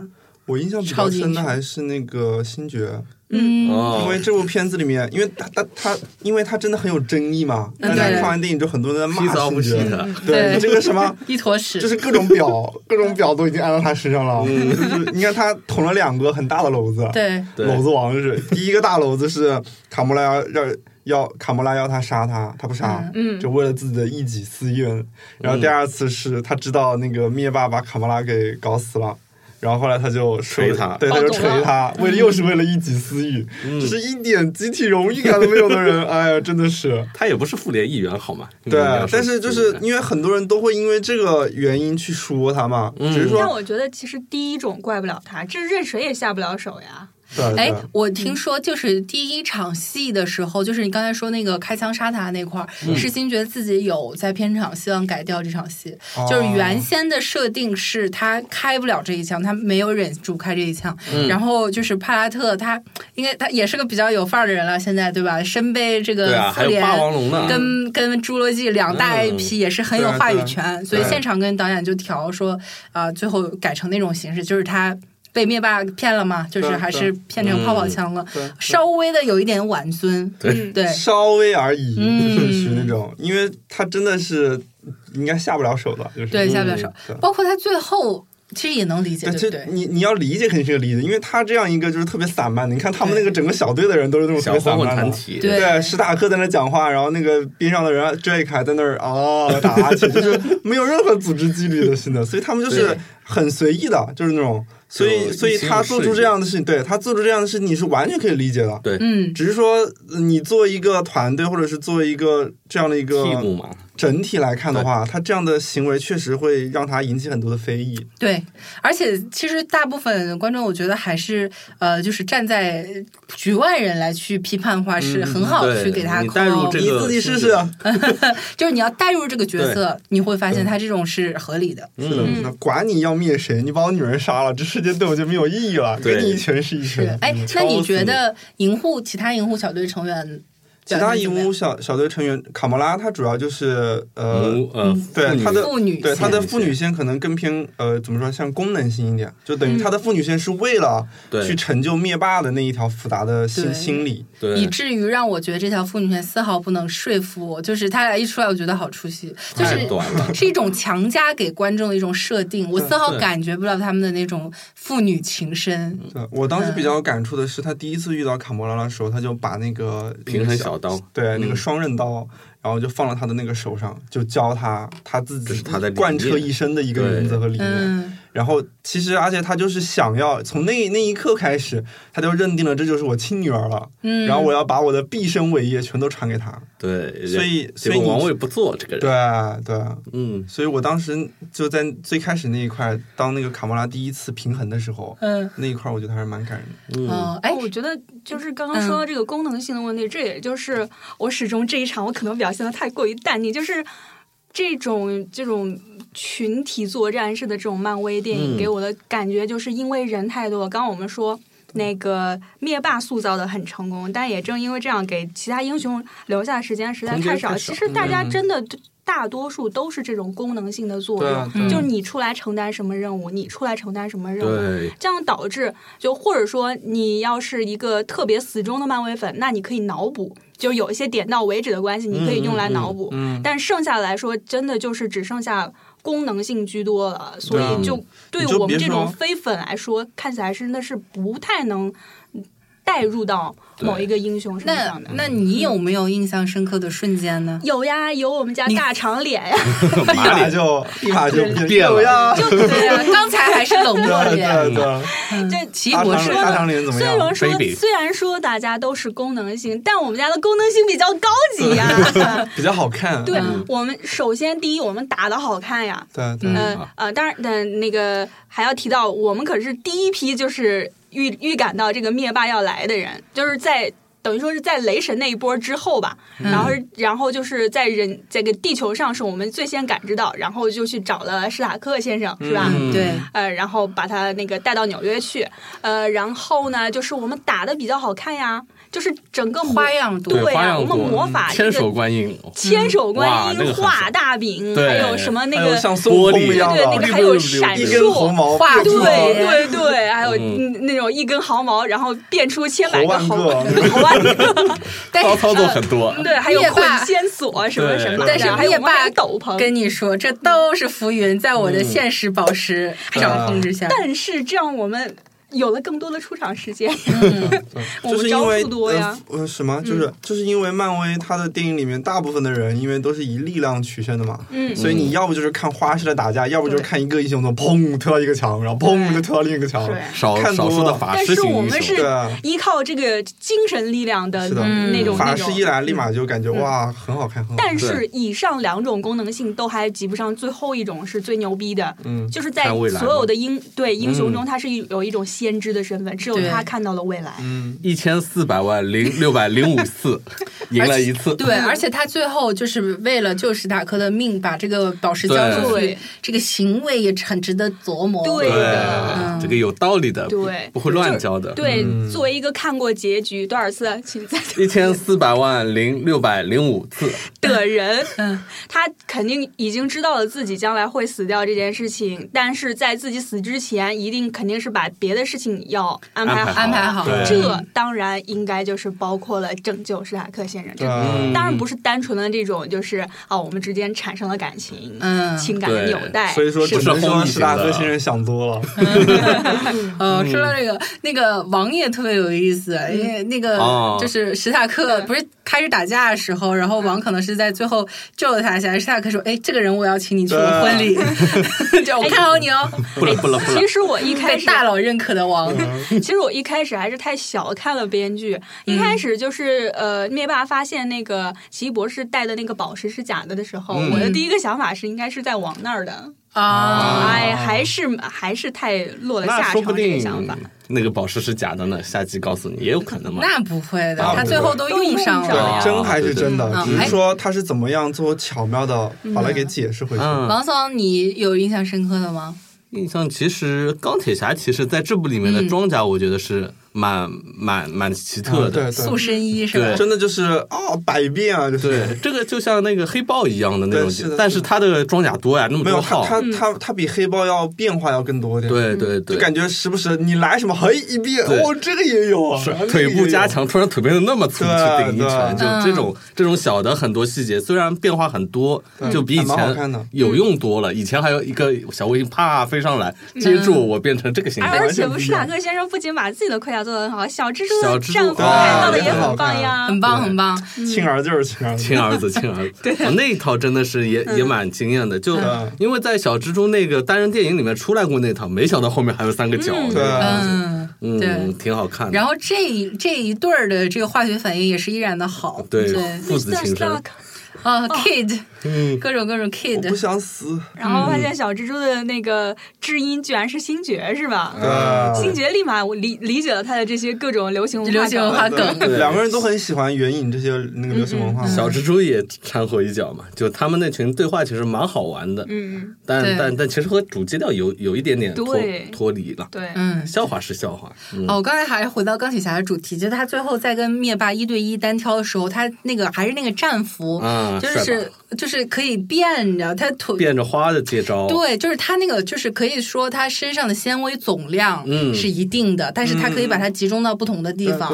Speaker 3: 我印象比较深的还是那个星爵，
Speaker 1: 嗯
Speaker 4: 哦，
Speaker 3: 因为这部片子里面，因为他他他，因为他真的很有争议嘛，
Speaker 1: 嗯
Speaker 3: 大家
Speaker 1: 对
Speaker 3: 看完电影就很多人在
Speaker 4: 披
Speaker 3: 骂
Speaker 4: 萨
Speaker 3: 星
Speaker 4: 不披
Speaker 3: 爵，
Speaker 4: 萨，
Speaker 1: 对
Speaker 3: 对你这个什么。
Speaker 1: 一坨屎，
Speaker 3: 就是各种表，各种表都已经按到他身上了。
Speaker 4: 嗯
Speaker 3: 就是你看他捅了两个很大的篓子，
Speaker 1: 对，
Speaker 4: 对
Speaker 3: 篓子王是 第一个大篓子是卡莫拉要要要卡莫拉要他杀他，他不杀，
Speaker 2: 嗯
Speaker 3: 就为了自己的一己私怨。然后第二次是他知道那个灭霸把卡莫拉给搞死了。然后后来他就
Speaker 4: 捶他
Speaker 3: 对，他就嗯捶他，为了又是为了一己私欲，就是一点集体荣誉感都没有的人， 哎呀，真的是。
Speaker 4: 他也不是妇联议员，好吗？
Speaker 3: 对
Speaker 4: 你要，说
Speaker 3: 但是就是因为很多人都会因为这个原因去说他嘛，
Speaker 4: 嗯
Speaker 3: 只是
Speaker 2: 但
Speaker 3: 说，
Speaker 2: 我觉得其实第一种怪不了他，这任谁也下不了手呀。
Speaker 3: 对
Speaker 4: 呃
Speaker 1: 哎
Speaker 3: 对，
Speaker 4: 嗯
Speaker 1: 我听说就是第一场戏的时候，就是你刚才说那个开枪杀他那块儿，
Speaker 4: 嗯
Speaker 1: 是星觉得自己有在片场希望改掉这场戏，
Speaker 3: 哦
Speaker 1: 就是原先的设定是他开不了这一枪，他没有忍住开这一枪，
Speaker 4: 嗯
Speaker 1: 然后就是帕拉特他应该他也是个比较有范儿的人了，现在对吧？身背这
Speaker 4: 对
Speaker 1: 个
Speaker 4: 啊，
Speaker 1: 复
Speaker 4: 还有
Speaker 1: 联。
Speaker 4: 霸王龙呢，
Speaker 1: 跟跟《侏罗纪》两大
Speaker 4: 嗯
Speaker 1: IP 也是很有
Speaker 3: 对啊
Speaker 1: 话语
Speaker 3: 对啊
Speaker 1: 权，所以现场跟导演就调说，啊、最后改成那种形式，就是他被灭霸骗了嘛，就是
Speaker 3: 对啊
Speaker 1: 还
Speaker 3: 对
Speaker 1: 是骗成泡泡
Speaker 4: 嗯
Speaker 1: 枪了，
Speaker 3: 对
Speaker 1: 稍微的有一点挽尊，
Speaker 4: 对
Speaker 1: 对，
Speaker 3: 稍微而已，
Speaker 1: 嗯
Speaker 3: 顺序那种，因为他真的是应该下不了手的，就是
Speaker 1: 对，
Speaker 3: 嗯
Speaker 1: 下不了手。
Speaker 3: 对
Speaker 1: 包括他最后其实也能理解，对
Speaker 3: 对，
Speaker 1: 不
Speaker 3: 这
Speaker 1: 对？
Speaker 3: 你你要理解肯定是理解，因为他这样一个就是特别散漫的，你看他们那个整个小队的人都是那种特
Speaker 4: 小
Speaker 3: 别
Speaker 4: 混
Speaker 3: 散
Speaker 4: 混
Speaker 3: 漫
Speaker 4: 团
Speaker 3: 的。
Speaker 4: 体，
Speaker 1: 对
Speaker 3: 对，史塔克在那讲话，然后那个边上的人 Drake 还在那儿哦打 哈欠，就是没有任何组织纪律的，是的，所以他们就是
Speaker 1: 对
Speaker 3: 很随意的，就是那种，所以
Speaker 4: 就
Speaker 3: 所以他做出这样的事情，对他做出这样的事情，你是完全可以理解的，
Speaker 1: 嗯，
Speaker 3: 只是说呃你做一个团队，或者是做一个这样的一个
Speaker 4: 替补嘛，
Speaker 3: 整体来看的话，他这样的行为确实会让他引起很多的非议。
Speaker 1: 对，而且其实大部分观众，我觉得还是呃，就是站在局外人来去批判的话，是很好
Speaker 4: 嗯对
Speaker 1: 去给他
Speaker 4: 你带入
Speaker 1: call
Speaker 4: 这个
Speaker 3: 你自己试啊试，
Speaker 1: 就是你要带入这个角色，你会
Speaker 3: 嗯
Speaker 1: 发现他这种是合理的。
Speaker 3: 是的，
Speaker 4: 嗯
Speaker 3: 是的，管你要灭谁，你把我女人杀了，这世界对我就没有意义了，
Speaker 4: 对
Speaker 3: 给你一拳是一
Speaker 1: 是
Speaker 3: 拳，。
Speaker 1: 哎
Speaker 3: 嗯，
Speaker 1: 那你
Speaker 4: 超
Speaker 1: 觉
Speaker 4: 死
Speaker 1: 得银护其他银护小队成员
Speaker 3: 其
Speaker 1: 表
Speaker 3: 他
Speaker 1: 现怎
Speaker 3: 银
Speaker 1: 么样
Speaker 3: 屋小小队成员卡莫拉，她主要就是呃，
Speaker 4: 母
Speaker 2: 嗯
Speaker 4: 呃，
Speaker 3: 对
Speaker 4: 妇女
Speaker 3: 他的
Speaker 1: 妇女
Speaker 3: 对
Speaker 1: 线
Speaker 3: 她的妇女线可能更偏呃，怎么说，像功能性一点，就等于
Speaker 1: 嗯
Speaker 3: 她的妇女线是为了
Speaker 4: 对
Speaker 3: 去成就灭霸的那一条复杂的
Speaker 1: 对
Speaker 3: 心心理。
Speaker 1: 以
Speaker 4: 对
Speaker 1: 至于让我觉得这条妇女线丝毫不能说服我，就是他俩一出来，我觉得好出戏，就
Speaker 4: 太
Speaker 1: 是
Speaker 4: 短了，
Speaker 1: 是一种强加给观众的一种设定，我丝毫
Speaker 4: 对
Speaker 1: 感觉不到他们的那种父女情深。
Speaker 3: 对我当时比
Speaker 1: 嗯
Speaker 3: 较有感触的是，他第一次遇到卡莫拉的时候，他就把那个
Speaker 4: 平衡小刀，
Speaker 3: 对，那
Speaker 4: 嗯
Speaker 3: 个双刃刀，然后就放到他的那个手上，就教他他自
Speaker 4: 这
Speaker 3: 己
Speaker 4: 是他的理念
Speaker 3: 贯彻一生的一个原则和理念。
Speaker 1: 嗯，
Speaker 3: 然后其实，而且他就是想要从那那一刻开始，他就认定了这就是我亲女儿了。
Speaker 1: 嗯
Speaker 3: 然后我要把我的毕生伟业全都传给他。
Speaker 4: 对，
Speaker 3: 所以
Speaker 4: 结
Speaker 3: 所以
Speaker 4: 果
Speaker 3: 你
Speaker 4: 王位不做这个人，
Speaker 3: 对对，
Speaker 4: 嗯，
Speaker 3: 所以我当时就在最开始那一块，当那个卡莫拉第一次平衡的时候，
Speaker 1: 嗯
Speaker 3: 那一块我觉得还是蛮感人的。
Speaker 1: 嗯，哎，
Speaker 2: 哦我觉得就是刚刚说到这个功能性的问题，这也就是我始终这一场我可能表现的太过于淡定，就是这种这种群体作战式的这种漫威电影
Speaker 4: 嗯
Speaker 2: 给我的感觉，就是因为人太多。刚刚我们说。那个灭霸塑造的很成功，但也正因为这样，给其他英雄留下的时间实在
Speaker 4: 空间
Speaker 2: 太
Speaker 4: 太
Speaker 2: 少。
Speaker 4: 少
Speaker 2: 其实大家真的大多数都是这种功能性的作
Speaker 3: 对
Speaker 2: 用
Speaker 3: 啊，对啊
Speaker 2: 就是你出来承担什么任务，你出来承担什么任务。
Speaker 4: 对，
Speaker 2: 这样导致，就或者说你要是一个特别死忠的漫威粉，那你可以脑补，就有一些点到为止的关系，你可以用来脑补。
Speaker 3: 嗯，
Speaker 2: 但剩下来说，真的就是只剩下功能性居多了，所
Speaker 3: 对啊
Speaker 2: 以就对
Speaker 3: 你就
Speaker 2: 我们
Speaker 3: 别
Speaker 2: 这种
Speaker 3: 说
Speaker 2: 非粉来说，看起来是那是不太能带入到某一个英雄身
Speaker 1: 那
Speaker 2: 上的。
Speaker 1: 那你有没有印象深刻的瞬间呢？
Speaker 2: 有呀，有我们家大长脸呀，
Speaker 3: 立马就立马就
Speaker 4: 变了
Speaker 3: 呀，
Speaker 2: 就
Speaker 1: 对呀、 刚才还是冷漠
Speaker 3: 对
Speaker 1: 脸，
Speaker 3: 对对，
Speaker 1: 嗯
Speaker 2: 这
Speaker 1: 奇异
Speaker 3: 大
Speaker 1: 博
Speaker 3: 长
Speaker 1: 士
Speaker 3: 脸大长脸怎么
Speaker 2: 虽然
Speaker 3: 样？
Speaker 2: 说
Speaker 4: Baby
Speaker 2: 虽然说大家都是功能性，但我们家的功能性比较高级 呀。
Speaker 3: 比较好看，
Speaker 2: 对
Speaker 3: 嗯
Speaker 2: 我们首先第一，我们打的好看呀，
Speaker 3: 对对，
Speaker 1: 嗯
Speaker 4: 啊
Speaker 2: 呃呃，当然，呃，那个还要提到，我们可是第一批就是预预感到这个灭霸要来的人，就是在等于说是在雷神那一波之后吧，
Speaker 4: 嗯
Speaker 2: 然后然后就是在人这个地球上是我们最先感知到，然后就去找了史塔克先生，是吧？
Speaker 1: 嗯对，
Speaker 2: 呃，然后把他那个带到纽约去，呃，然后呢，就是我们打的比较好看呀，就是整个
Speaker 1: 花样多
Speaker 4: 对，
Speaker 2: 对
Speaker 4: 花
Speaker 2: 呀、
Speaker 4: 样
Speaker 2: 我们
Speaker 4: 多嗯
Speaker 2: 魔法这
Speaker 4: 千手
Speaker 2: 个
Speaker 4: 观音，
Speaker 2: 千手
Speaker 4: 嗯哇
Speaker 2: 观
Speaker 4: 那
Speaker 2: 音、
Speaker 4: 个很
Speaker 2: 画大饼，
Speaker 4: 对
Speaker 2: 还有什么那
Speaker 3: 还有
Speaker 2: 个
Speaker 3: 像孙悟空一样
Speaker 2: 对那
Speaker 3: 的
Speaker 2: 个还有闪
Speaker 3: 一
Speaker 2: 树
Speaker 3: 根红毛
Speaker 1: 画
Speaker 3: 变
Speaker 1: 出
Speaker 3: 出来
Speaker 1: 来
Speaker 2: 啊对对对，还有
Speaker 4: 嗯
Speaker 2: 嗯那种一根毫毛，然后变出千百
Speaker 3: 猴万
Speaker 2: 毫毛，
Speaker 3: 个
Speaker 2: 毫万个，
Speaker 1: 但
Speaker 4: 骚
Speaker 1: 是
Speaker 4: 操作
Speaker 1: 呃
Speaker 4: 很多，
Speaker 2: 对，还有
Speaker 1: 灭
Speaker 2: 捆
Speaker 1: 霸
Speaker 2: 仙索什么什么的，
Speaker 4: 对
Speaker 1: 但是
Speaker 2: 还有
Speaker 1: 灭霸
Speaker 2: 还有斗篷。
Speaker 1: 跟你说，这都是浮云，在我的现实宝石掌控之下。
Speaker 2: 但是这样我们有了更多的出场时间，
Speaker 1: 嗯
Speaker 2: 我
Speaker 3: 就是
Speaker 2: 们
Speaker 3: 因
Speaker 2: 招
Speaker 3: 为
Speaker 2: 数多呀。嗯
Speaker 3: 呃，呃什么？就是就是因为漫威它的电影里面大部分的人，因为都是以力量取胜的嘛，
Speaker 2: 嗯
Speaker 3: 所以你要不就是看花式的打架，要不就是看一个英雄从砰推到一个墙，然后砰
Speaker 2: 对
Speaker 3: 就推到另一个墙，
Speaker 2: 对
Speaker 4: 少
Speaker 3: 看
Speaker 4: 少
Speaker 3: 多
Speaker 4: 数的
Speaker 3: 了
Speaker 4: 法
Speaker 2: 但
Speaker 4: 师
Speaker 2: 是
Speaker 4: 型
Speaker 2: 我
Speaker 4: 英
Speaker 2: 们
Speaker 4: 雄，
Speaker 2: 是
Speaker 3: 呃对啊
Speaker 2: 依靠这个精神力量的
Speaker 3: 是的
Speaker 1: 嗯
Speaker 2: 那种
Speaker 3: 法
Speaker 2: 那
Speaker 3: 师
Speaker 2: 种。嗯
Speaker 3: 一来，立马就感觉哇，很好看，很好看。
Speaker 2: 但是以上两种功能性都还及不上最后一种是最牛逼的，
Speaker 3: 嗯，
Speaker 2: 就是在
Speaker 4: 看未来
Speaker 2: 所有的英对英雄中，他是有一种先知的身份，只有
Speaker 1: 对
Speaker 2: 他看到了未来。
Speaker 3: 嗯，
Speaker 4: 一千四百万零六百零五 次，赢了一次，
Speaker 1: 对，而且他最后就是为了救史塔克的命，把这个宝石交出去
Speaker 2: 对，
Speaker 1: 这个行为也很值得琢磨。
Speaker 2: 对的
Speaker 1: 嗯
Speaker 4: 这个有道理的，
Speaker 2: 对
Speaker 4: 不不会乱教的，
Speaker 2: 对，
Speaker 3: 嗯
Speaker 2: 作为一个看过结局多少次，请再
Speaker 4: 一千四百万零六百零五 次，
Speaker 2: 的人，
Speaker 1: 嗯
Speaker 2: 他肯定已经知道了自己将来会死掉这件事情，但是在自己死之前，一定肯定是把别的事情要安排好。
Speaker 1: 安排好
Speaker 4: 对
Speaker 2: 这当然应该就是包括了拯救史塔克先生，这
Speaker 3: 对啊，
Speaker 4: 嗯
Speaker 2: 当然不是单纯的这种，就是啊，我们之间产生了感情，
Speaker 1: 嗯
Speaker 2: 情感的纽带。
Speaker 3: 所以说
Speaker 2: 是
Speaker 3: 只
Speaker 2: 吧
Speaker 4: 不
Speaker 3: 能
Speaker 4: 是轰
Speaker 3: 说
Speaker 4: 一
Speaker 3: 史大
Speaker 4: 型
Speaker 3: 哥
Speaker 4: 的
Speaker 3: 先生想多了，
Speaker 1: 呃，说到这个，那个王爷特别有意思，因为那个
Speaker 4: 哦
Speaker 1: 就是史塔克不是开始打架的时候，然后王可能是在最后救了他一下，史塔克说：“哎，这个人我要请你去我婚礼， 就我看好你哦。”
Speaker 4: 不了不了不了
Speaker 2: 哎其，实我一开
Speaker 1: 被
Speaker 2: 始
Speaker 1: 大佬认可的王，
Speaker 4: 嗯
Speaker 2: 其实我一开始还是太小看了编剧，一开始就是呃，灭霸发现那个奇异博士带的那个宝石是假的的时候，
Speaker 4: 嗯
Speaker 2: 我的第一个想法是应该是在王那儿的，
Speaker 1: 啊，
Speaker 2: 哎，还是还是太落了
Speaker 4: 那
Speaker 2: 下
Speaker 4: 说不
Speaker 2: 床这个
Speaker 4: 定
Speaker 2: 想法。
Speaker 4: 那个宝石是假的呢，下集告诉你也有可能嘛，
Speaker 1: 那不会的，
Speaker 3: 那不会
Speaker 1: 他最后都用上
Speaker 2: 都用上
Speaker 1: 了
Speaker 3: 对，
Speaker 4: 了
Speaker 1: 呀。
Speaker 3: 真还是真的
Speaker 1: 嗯，
Speaker 3: 只
Speaker 1: 哎
Speaker 3: 是说他是怎么样最后巧妙的把它给解释回去。
Speaker 4: 嗯，
Speaker 1: 王总，你有印象深刻的吗？
Speaker 4: 印象其实钢铁侠其实在这部里面的
Speaker 1: 嗯
Speaker 4: 装甲，我觉得是蛮蛮蛮奇特
Speaker 3: 啊对
Speaker 4: 的。
Speaker 1: 塑
Speaker 3: 对，
Speaker 1: 身衣是吧
Speaker 4: 对？
Speaker 3: 真的就是啊，百变啊，就是
Speaker 4: 对，这个就像那个黑豹一样的那
Speaker 3: 对是
Speaker 4: 种
Speaker 3: 的，
Speaker 4: 但是它的装甲多呀，那么
Speaker 3: 没
Speaker 4: 多
Speaker 3: 有他
Speaker 4: 号，
Speaker 3: 他他他比黑豹要变化要更多一点。。
Speaker 4: 对对
Speaker 3: 就
Speaker 4: 对，
Speaker 3: 感觉时不时你来什么，嘿一变，
Speaker 4: 对
Speaker 3: 哦，这个也有啊，那个
Speaker 4: 腿部
Speaker 3: 也有
Speaker 4: 加，强，突然腿变得那么粗，去
Speaker 3: 对啊
Speaker 4: 顶一拳，就
Speaker 1: 对
Speaker 4: 这种
Speaker 1: 嗯
Speaker 4: 这种小的很多细节，虽然变化很多，
Speaker 3: 对
Speaker 4: 就比以
Speaker 3: 嗯还蛮好看的
Speaker 4: 前有
Speaker 1: 嗯
Speaker 4: 用多了。以前还有一个小卫星啪飞上来
Speaker 1: 嗯
Speaker 4: 接住我，变成这个形状，
Speaker 2: 而且
Speaker 3: 完全不一样
Speaker 2: 史塔克先生不仅把自己的盔甲做得很好，小蜘蛛
Speaker 4: 小
Speaker 2: 的
Speaker 4: 蜘蛛
Speaker 2: 战服
Speaker 4: 啊嗯
Speaker 2: 还造的也
Speaker 3: 也很好
Speaker 2: 很棒
Speaker 3: 看
Speaker 2: 呀。
Speaker 1: 很棒，
Speaker 4: 对
Speaker 1: 很棒。
Speaker 3: 亲儿子就是亲儿子，
Speaker 4: 亲儿子，亲儿子，对、那一套真的是也、也蛮惊艳的。就
Speaker 3: 嗯
Speaker 4: 因为在小蜘蛛那个单人电影里面出来过那套，没想到后面还有三个角，
Speaker 3: 对啊，
Speaker 1: 嗯，
Speaker 4: 嗯，
Speaker 1: 对
Speaker 4: 挺好看的。
Speaker 1: 然后这一这一对儿的这个化学反应也是依然的好，
Speaker 4: 啊对
Speaker 1: 对，
Speaker 4: 父子
Speaker 2: Mr.
Speaker 4: 情
Speaker 2: Stark
Speaker 4: 深，
Speaker 1: 啊，kid，
Speaker 4: 嗯，
Speaker 1: 各种各种
Speaker 3: 我不
Speaker 1: kid，
Speaker 3: 想死，
Speaker 2: 然后发现小蜘蛛的那个知音居然是星爵，是吧？
Speaker 4: 嗯
Speaker 3: 啊
Speaker 2: 星爵立马我理理解了他的这些各种流行文化
Speaker 1: 流行文
Speaker 2: 梗
Speaker 1: 化梗，
Speaker 4: 对
Speaker 3: 两个人都很喜欢援引这些那个流行文化嘛，
Speaker 4: 小蜘蛛也掺和一脚嘛，就他们那群对话其实蛮好玩的，
Speaker 2: 嗯，
Speaker 4: 但
Speaker 1: 对
Speaker 4: 但但其实和主基调有有一点点脱
Speaker 2: 对
Speaker 4: 脱离了。
Speaker 2: 对，
Speaker 1: 嗯。
Speaker 4: 笑话是笑话，嗯，
Speaker 1: 哦，我刚才还是回到钢铁侠的主题，就他最后在跟灭霸一对一单挑的时候，他那个还是那个战服，
Speaker 4: 啊
Speaker 1: 哦就
Speaker 4: 帅吧
Speaker 1: 是就是可以变着他腿
Speaker 4: 变着花的接招，
Speaker 1: 对，就是它那个，就是可以说它身上的纤维总量
Speaker 4: 嗯
Speaker 1: 是一定的，但是它可以把它集中到不同的地方，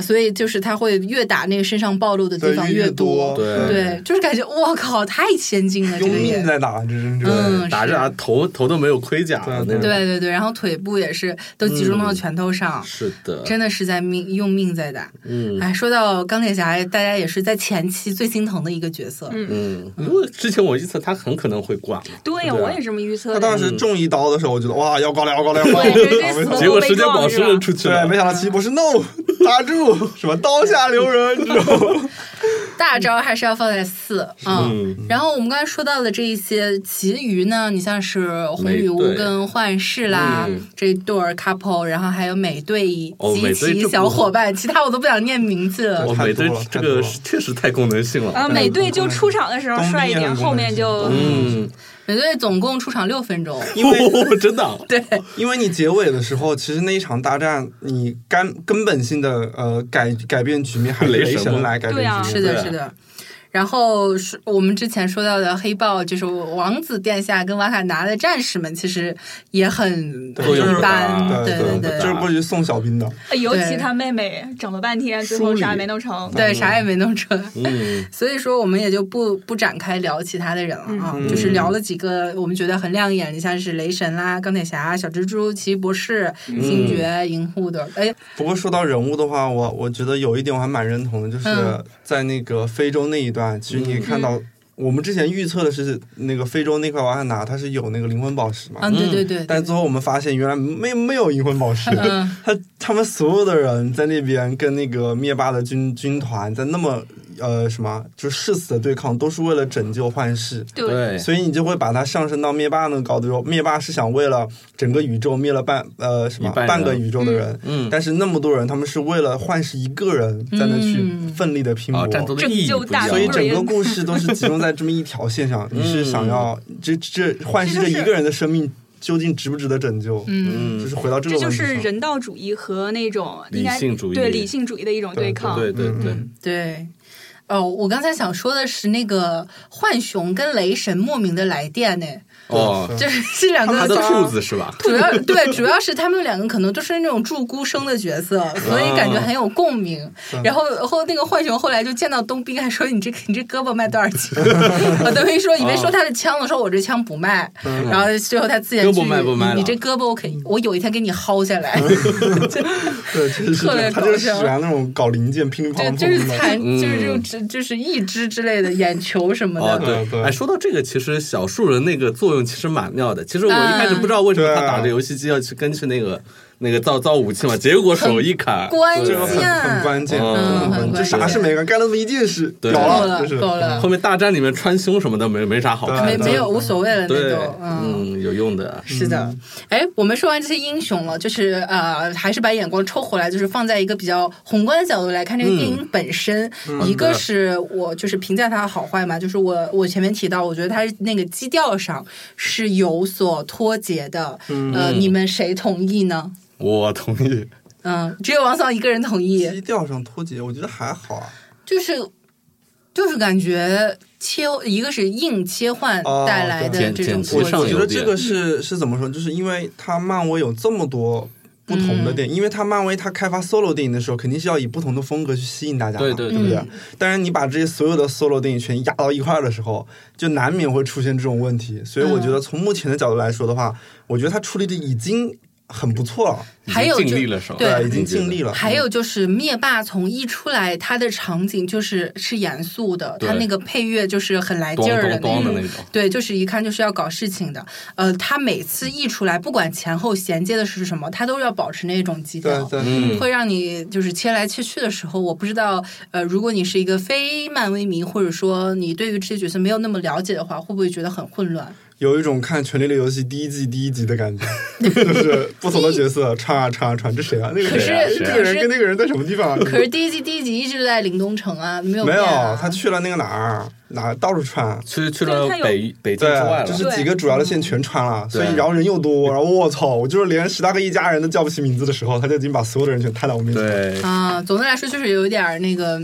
Speaker 1: 所以就是它会越打那个身上暴露的地
Speaker 3: 对
Speaker 1: 方
Speaker 3: 越
Speaker 1: 多。
Speaker 4: 对
Speaker 1: 对，就是感觉我靠，太先进了，这
Speaker 3: 用
Speaker 1: 个也
Speaker 3: 命在打，这是这
Speaker 1: 嗯
Speaker 4: 打着打着头头都没有盔甲
Speaker 3: 对
Speaker 4: 那种，
Speaker 1: 对对对，然后腿部也是都集中到拳头上，
Speaker 4: 是的，
Speaker 1: 真的是在命用命在打。
Speaker 4: 嗯
Speaker 1: 哎，说到钢铁侠，大家也是在前期最心疼的一个角色。
Speaker 2: 嗯
Speaker 4: 嗯，因为之前我预测他很可能会挂嘛，
Speaker 2: 对
Speaker 4: 啊
Speaker 2: 我也这么预测
Speaker 3: 他当
Speaker 2: 的。
Speaker 3: 时中一刀的时候，我觉得哇，要高了，要高了，要高了
Speaker 2: 对， 这这死
Speaker 3: 没
Speaker 2: 活
Speaker 4: 结果
Speaker 2: 被
Speaker 4: 时间
Speaker 2: 撞
Speaker 4: 宝
Speaker 2: 是
Speaker 4: 石
Speaker 2: 吧
Speaker 4: 扔出去了
Speaker 3: 对，没，想到奇异博士 no 打住，什么刀下留人，这种
Speaker 1: 大招还是要放在四，嗯。然后我们刚才说到的这一些，其余呢，你像是红女巫
Speaker 4: 美队
Speaker 1: 跟幻视啦
Speaker 4: 嗯
Speaker 1: 这一对儿 couple，然后还有美队以
Speaker 4: 哦
Speaker 1: 及
Speaker 4: 美队
Speaker 1: 其
Speaker 4: 这
Speaker 1: 小
Speaker 4: 不哦
Speaker 1: 伙伴，其他我都不想念名字了
Speaker 4: 我。
Speaker 3: 太
Speaker 4: 美
Speaker 3: 多
Speaker 4: 队
Speaker 3: 了
Speaker 4: 这
Speaker 3: 太多
Speaker 4: 个
Speaker 3: 了
Speaker 4: 是确实太功能性了，
Speaker 2: 啊，美队就出场的时候帅一点，后面就哎
Speaker 4: 嗯，
Speaker 1: 美队总共出场六分钟，
Speaker 4: 哦
Speaker 3: 因 为
Speaker 4: 真的啊
Speaker 1: 对，
Speaker 3: 因为你结尾的时候，其实那一场大战，你根根本性的呃改改变局面，还是
Speaker 4: 雷
Speaker 3: 雷
Speaker 4: 神
Speaker 3: 神
Speaker 4: 吗
Speaker 3: 来改变
Speaker 2: 对啊
Speaker 3: 局面，
Speaker 1: 是的，
Speaker 4: 对
Speaker 1: 是的。然后是我们之前说到的黑豹，就是王子殿下跟瓦坎达的战士们，其实也很
Speaker 3: 对就是
Speaker 1: 一般，
Speaker 4: 对
Speaker 1: 对
Speaker 3: 对
Speaker 1: 对
Speaker 3: 就是不许送小兵的，
Speaker 2: 呃尤其
Speaker 1: 嗯对
Speaker 2: 他妹妹整了半天，最
Speaker 4: 梳
Speaker 2: 后
Speaker 4: 理
Speaker 2: 啥也没弄成。
Speaker 1: 对，啥也没弄成。
Speaker 4: 嗯，
Speaker 1: 所以说，我们也就不不展开聊其他的人了啊，
Speaker 3: 嗯
Speaker 1: 就是聊了几个我们觉得很亮眼的，像是雷神啦、钢铁侠、小蜘蛛、奇异博士、星爵、银护的。哎，
Speaker 3: 不过说到人物的话，我我觉得有一点我还蛮认同的，就是
Speaker 1: 嗯
Speaker 3: 在那个非洲那一段，其实你可以看到，我们之前预测的是那个非洲那块瓦坎达，它是有那个灵魂宝石嘛，
Speaker 1: 嗯，对对对，
Speaker 3: 但最后我们发现原来没没有银魂宝石，
Speaker 1: 嗯
Speaker 3: 他他们所有的人在那边跟那个灭霸的军军团在那么呃什么就誓死的对抗，都是为了拯救幻视。
Speaker 2: 对，
Speaker 4: 对，
Speaker 3: 所以你就会把它上升到灭霸那个高度，灭霸是想为了整个宇宙灭了半呃什么
Speaker 4: 一半人
Speaker 3: 半个宇宙的人，
Speaker 4: 嗯，
Speaker 3: 但是那么多人，他们是为了幻视一个人在那去
Speaker 1: 嗯
Speaker 3: 奋力的拼搏，
Speaker 4: 啊，战斗的
Speaker 2: 拯
Speaker 4: 意义
Speaker 2: 救
Speaker 4: 不一
Speaker 2: 大
Speaker 4: 样，
Speaker 3: 所以整个
Speaker 2: 人
Speaker 3: 故事都是集中在这么一条线上，你是想要
Speaker 1: 嗯
Speaker 3: 这这幻视这一个人的生命究竟值不值得拯救？
Speaker 1: 嗯，
Speaker 3: 就
Speaker 4: 嗯
Speaker 3: 是，回到这
Speaker 2: 这
Speaker 3: 个
Speaker 2: 就
Speaker 3: 问题
Speaker 2: 是
Speaker 3: 上。
Speaker 2: 人道主义和那种
Speaker 4: 理
Speaker 2: 应该
Speaker 4: 性主义
Speaker 2: 对理性主义的一种
Speaker 3: 对
Speaker 2: 抗。
Speaker 4: 对对
Speaker 3: 嗯
Speaker 4: 对，
Speaker 3: 嗯
Speaker 1: 对。哦，我刚才想说的是那个浣熊跟雷神莫名的来电呢，
Speaker 3: 嗯
Speaker 4: 哦，
Speaker 1: 就是这两个
Speaker 4: 他的
Speaker 1: 就是
Speaker 4: 兔子是吧？
Speaker 1: 主 要对，主要是他们两个可能都是那种助孤生的角色，所以
Speaker 4: 啊
Speaker 1: 感觉很有共鸣。
Speaker 4: 嗯
Speaker 1: 然后后那个浣熊后来就见到冬兵，还说你这你这胳膊卖多少钱？ 我冬兵说以为说他的枪呢，说我这枪不卖。然后最后他自言
Speaker 4: 啊嗯胳膊
Speaker 1: 自语
Speaker 4: 卖不卖：“了
Speaker 1: 你这胳膊我可以，我有一天给你薅下 来。
Speaker 3: 对，确实是
Speaker 1: 特
Speaker 3: 这
Speaker 1: 别
Speaker 3: 样，他就是喜
Speaker 1: 搞笑
Speaker 3: 欢那种搞零件乒”
Speaker 1: 对，
Speaker 3: 乓
Speaker 1: 就
Speaker 3: 碰
Speaker 1: 是
Speaker 3: 的。
Speaker 1: 弹，就是这种只就是一只之类的眼球什么
Speaker 4: 嗯哦，
Speaker 1: 的。
Speaker 4: 对
Speaker 3: 对对
Speaker 4: 哎，说到这个，其实小树人那个作用其实蛮妙的。其实我一开始
Speaker 1: 嗯
Speaker 4: 不知道为什么他打着游戏机要去跟去那个那个造造武器嘛，结果手一砍，
Speaker 1: 关
Speaker 3: 这个很
Speaker 1: 键
Speaker 3: 很关键，
Speaker 4: 嗯
Speaker 3: 真的很
Speaker 1: 很
Speaker 3: 关键
Speaker 1: 关
Speaker 3: 就啥
Speaker 1: 键
Speaker 3: 事没干，干了那么一件事，
Speaker 4: 对
Speaker 3: 屌
Speaker 1: 够
Speaker 3: 就
Speaker 1: 了
Speaker 3: 是
Speaker 1: 够了
Speaker 4: 后，面大战里面穿胸什么的没没啥好看
Speaker 1: 没
Speaker 4: 的，
Speaker 1: 没有无所谓了那
Speaker 4: 对
Speaker 1: 种，，嗯。
Speaker 4: 嗯，有用的，
Speaker 1: 是的，
Speaker 4: 嗯
Speaker 1: 哎，我们说完这些英雄了，就是呃，还是把眼光抽回来，就是放在一个比较宏观的角度来看这个
Speaker 4: 嗯
Speaker 1: 电影本身。一个是我就是评价它的好坏嘛，就是我我前面提到，我觉得它那个基调上是有所脱节的。
Speaker 4: 嗯
Speaker 1: 呃，你们谁同意呢？
Speaker 4: 我同意。
Speaker 1: 嗯，只有王嫂一个人同意，
Speaker 3: 基调上脱节，我觉得还好啊。
Speaker 1: 就是就是感觉切，一个是硬切换带来的
Speaker 4: 哦对
Speaker 1: 这
Speaker 4: 剪
Speaker 1: 种
Speaker 4: 辑
Speaker 1: 脱
Speaker 4: 上有
Speaker 1: 节
Speaker 3: 我觉得这
Speaker 4: 点
Speaker 3: 个是是怎么说？就是因为它漫威有这么多不同
Speaker 1: 嗯
Speaker 3: 的电影，因为它漫威它开发 solo 电影的时候，肯定是要以不同的风格去吸引大家嘛，
Speaker 4: 对对
Speaker 3: 对不对
Speaker 1: 嗯？
Speaker 3: 但是你把这些所有的 solo 电影全压到一块儿的时候，就难免会出现这种问题。所以我觉
Speaker 1: 嗯
Speaker 3: 得从目前的角度来说的话，我觉得它处理的已经很不错了，
Speaker 1: 还有
Speaker 4: 已经
Speaker 1: 就
Speaker 4: 尽力了是吧？
Speaker 1: 对
Speaker 3: 已经尽力了。
Speaker 1: 还有就是灭霸从一出来，他的场景就是是严肃的，
Speaker 4: 对
Speaker 1: 他那个配乐就是很来
Speaker 4: 咣
Speaker 1: 劲儿
Speaker 4: 咣咣的
Speaker 1: 那
Speaker 4: 那
Speaker 1: 种。
Speaker 4: 种，
Speaker 1: 对，就是一看就是要搞事情的。呃，他每次一出来，不管前后衔接的是什么，他都要保持那种基
Speaker 3: 对
Speaker 1: 调，
Speaker 3: 对，
Speaker 4: 嗯，
Speaker 1: 会让你就是切来切去的时候，我不知道，呃，如果你是一个非漫威迷，或者说你对于这些角色没有那么了解的话，会不会觉得很混乱？
Speaker 3: 有一种看《权力的游戏》第一季第一集的感觉，就是不同的角色穿啊穿啊穿，这谁啊？那个
Speaker 1: 可
Speaker 3: 谁
Speaker 1: 是
Speaker 3: 啊？
Speaker 4: 谁啊
Speaker 1: 可
Speaker 4: 谁啊
Speaker 1: 是
Speaker 3: 这个人跟那个人在什么地方啊？
Speaker 1: 可是第一季第一集一直在凛冬城啊，没有
Speaker 3: 没
Speaker 1: 变啊
Speaker 3: 有，他去了那个哪儿，哪儿到处穿。
Speaker 4: 去去
Speaker 2: 对
Speaker 4: 了
Speaker 2: 它有
Speaker 4: 北北京之外
Speaker 3: 对，
Speaker 4: 了，
Speaker 3: 就是几个主要的线全穿了，所以
Speaker 4: 对
Speaker 3: 然后人又多，然后我操，我就是连史达克一家人都叫不起名字的时候，他就已经把所有的人全摊到我面前。
Speaker 4: 对，
Speaker 1: 啊，总的来说就是有一点儿那个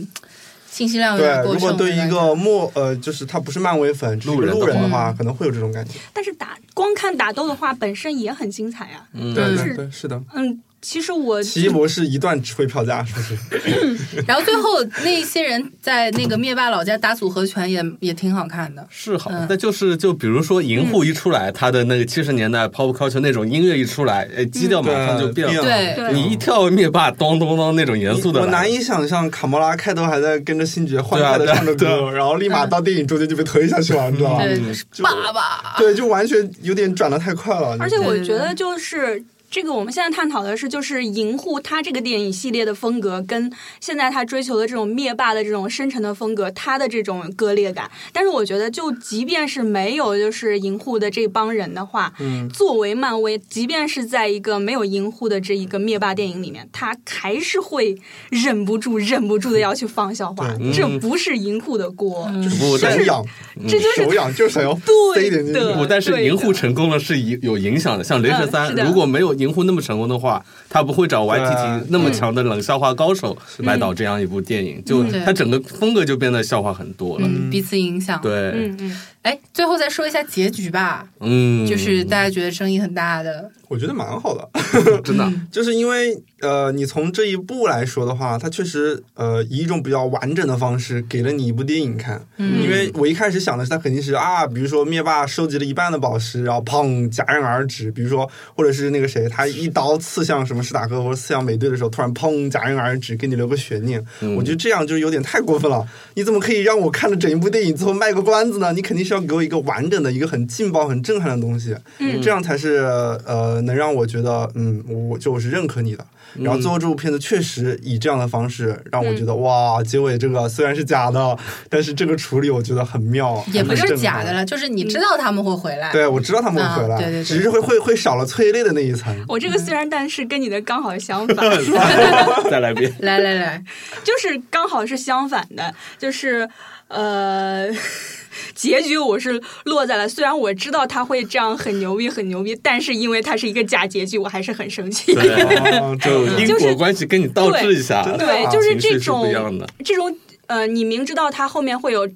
Speaker 1: 信息量有点
Speaker 3: 对，
Speaker 1: 过
Speaker 3: 如
Speaker 1: 剩。
Speaker 3: 果对
Speaker 1: 我
Speaker 3: 一
Speaker 1: 感觉
Speaker 3: 个陌呃，就是他不是漫威粉，只是一
Speaker 4: 路
Speaker 3: 个
Speaker 4: 人的
Speaker 3: 路人的
Speaker 1: 话
Speaker 3: 话，可能会有这种感觉。
Speaker 2: 但是打光看打斗的话，本身也很精彩啊。
Speaker 4: 嗯，
Speaker 3: 对
Speaker 2: 是
Speaker 3: 对对，是的。
Speaker 2: 嗯，其实我
Speaker 3: 奇异博士一段指挥票价，是不是？
Speaker 1: 然后最后那一些人在那个灭霸老家打组合拳也也挺好看的。
Speaker 4: 是好
Speaker 1: 嗯，
Speaker 4: 那就是就比如说银护一出来，他的那个七十年代 pop culture 那种音乐一出来，哎，基调马上就变了。
Speaker 1: 对
Speaker 2: 对
Speaker 4: 你一跳灭霸，咚咚咚那种严肃的来
Speaker 3: 我
Speaker 4: 了，
Speaker 3: 难以想象卡魔拉开头还在跟着星爵欢快的
Speaker 4: 对啊
Speaker 3: 唱着
Speaker 4: 对啊对
Speaker 3: 歌，然后立马到电影中间就被推下去了，你知道吗？
Speaker 1: 对，
Speaker 3: 就
Speaker 1: 爸爸，
Speaker 3: 对，就完全有点转的太快了。
Speaker 2: 而且我
Speaker 1: 对对
Speaker 2: 觉得就是。这个我们现在探讨的是，就是《银护》它这个电影系列的风格，跟现在它追求的这种灭霸的这种深沉的风格，它的这种割裂感。但是我觉得，就即便是没有就是《银护》的这帮人的话，
Speaker 3: 嗯，
Speaker 2: 作为漫威，即便是在一个没有银护的这一个灭霸电影里面，他还是会忍不住、忍不住的要去放笑话，
Speaker 3: 对嗯
Speaker 2: 这不是银护的锅，
Speaker 4: 不，但
Speaker 3: 手痒，
Speaker 2: 这就是
Speaker 3: 手痒就想要塞一点进去
Speaker 2: 对。的
Speaker 4: 不，但是
Speaker 2: 对
Speaker 4: 银护
Speaker 2: 的
Speaker 4: 成功了是有有影响的。像雷神
Speaker 2: 嗯
Speaker 4: 三
Speaker 2: 是，的
Speaker 4: 如果没有银护那么成功的话，他不会找 YTT
Speaker 3: 对
Speaker 4: 那么强的冷笑话高手来导这样一部电影，就
Speaker 1: 嗯
Speaker 4: 他整个风格就变得笑话很多了。
Speaker 1: 嗯，彼此影响。，
Speaker 4: 对，
Speaker 2: 嗯嗯，
Speaker 1: 哎，最后再说一下结局吧，
Speaker 4: 嗯，
Speaker 1: 就是大家觉得争议很大的，
Speaker 3: 我觉得蛮好的，
Speaker 4: 真的，
Speaker 3: 就是因为呃，你从这一部来说的话，它确实呃以一种比较完整的方式给了你一部电影看。
Speaker 1: 嗯
Speaker 3: 因为我一开始想的是，它肯定是啊，比如说灭霸收集了一半的宝石，然后砰戛然而止；比如说或者是那个谁，他一刀刺向什么史塔克或者刺向美队的时候，突然砰戛然而止，给你留个悬念。我觉得这样就是有点太过分了。你怎么可以让我看了整一部电影最后卖个关子呢？你肯定是要给我一个完整的、一个很劲爆、很震撼的东西，
Speaker 2: 嗯
Speaker 3: 这样才是呃能让我觉得嗯，我我就是认可你的。
Speaker 1: 嗯
Speaker 3: 然后最后这部片子确实以这样的方式让我觉得、哇，结尾这个虽然是假 的，但是这个处理我觉得很妙，
Speaker 1: 也不
Speaker 3: 很
Speaker 1: 是
Speaker 3: 震
Speaker 1: 假
Speaker 3: 撼
Speaker 1: 的。了，就是
Speaker 2: 嗯
Speaker 1: 你知道他们会回来。
Speaker 3: 对，我知道他们会回来，
Speaker 1: 啊对对对
Speaker 3: 只是会会会少了催泪的那一层。
Speaker 2: 我这个虽然但是跟你的刚好相反，
Speaker 4: 再来一遍。
Speaker 1: 来来来，
Speaker 2: 就是刚好是相反的，就是呃， 结局我是落在了，虽然我知道他会这样很牛逼很牛逼，但是因为它是一个假结局，我还是很生气。
Speaker 3: 哦
Speaker 4: 就
Speaker 3: 这
Speaker 4: 因果关系跟你倒置一下，
Speaker 3: 对真 的
Speaker 2: 对，
Speaker 3: 啊
Speaker 2: 就是
Speaker 4: 情绪
Speaker 2: 这
Speaker 4: 是不
Speaker 2: 种
Speaker 4: 一样的。
Speaker 2: 这种呃，你明知道他后面会有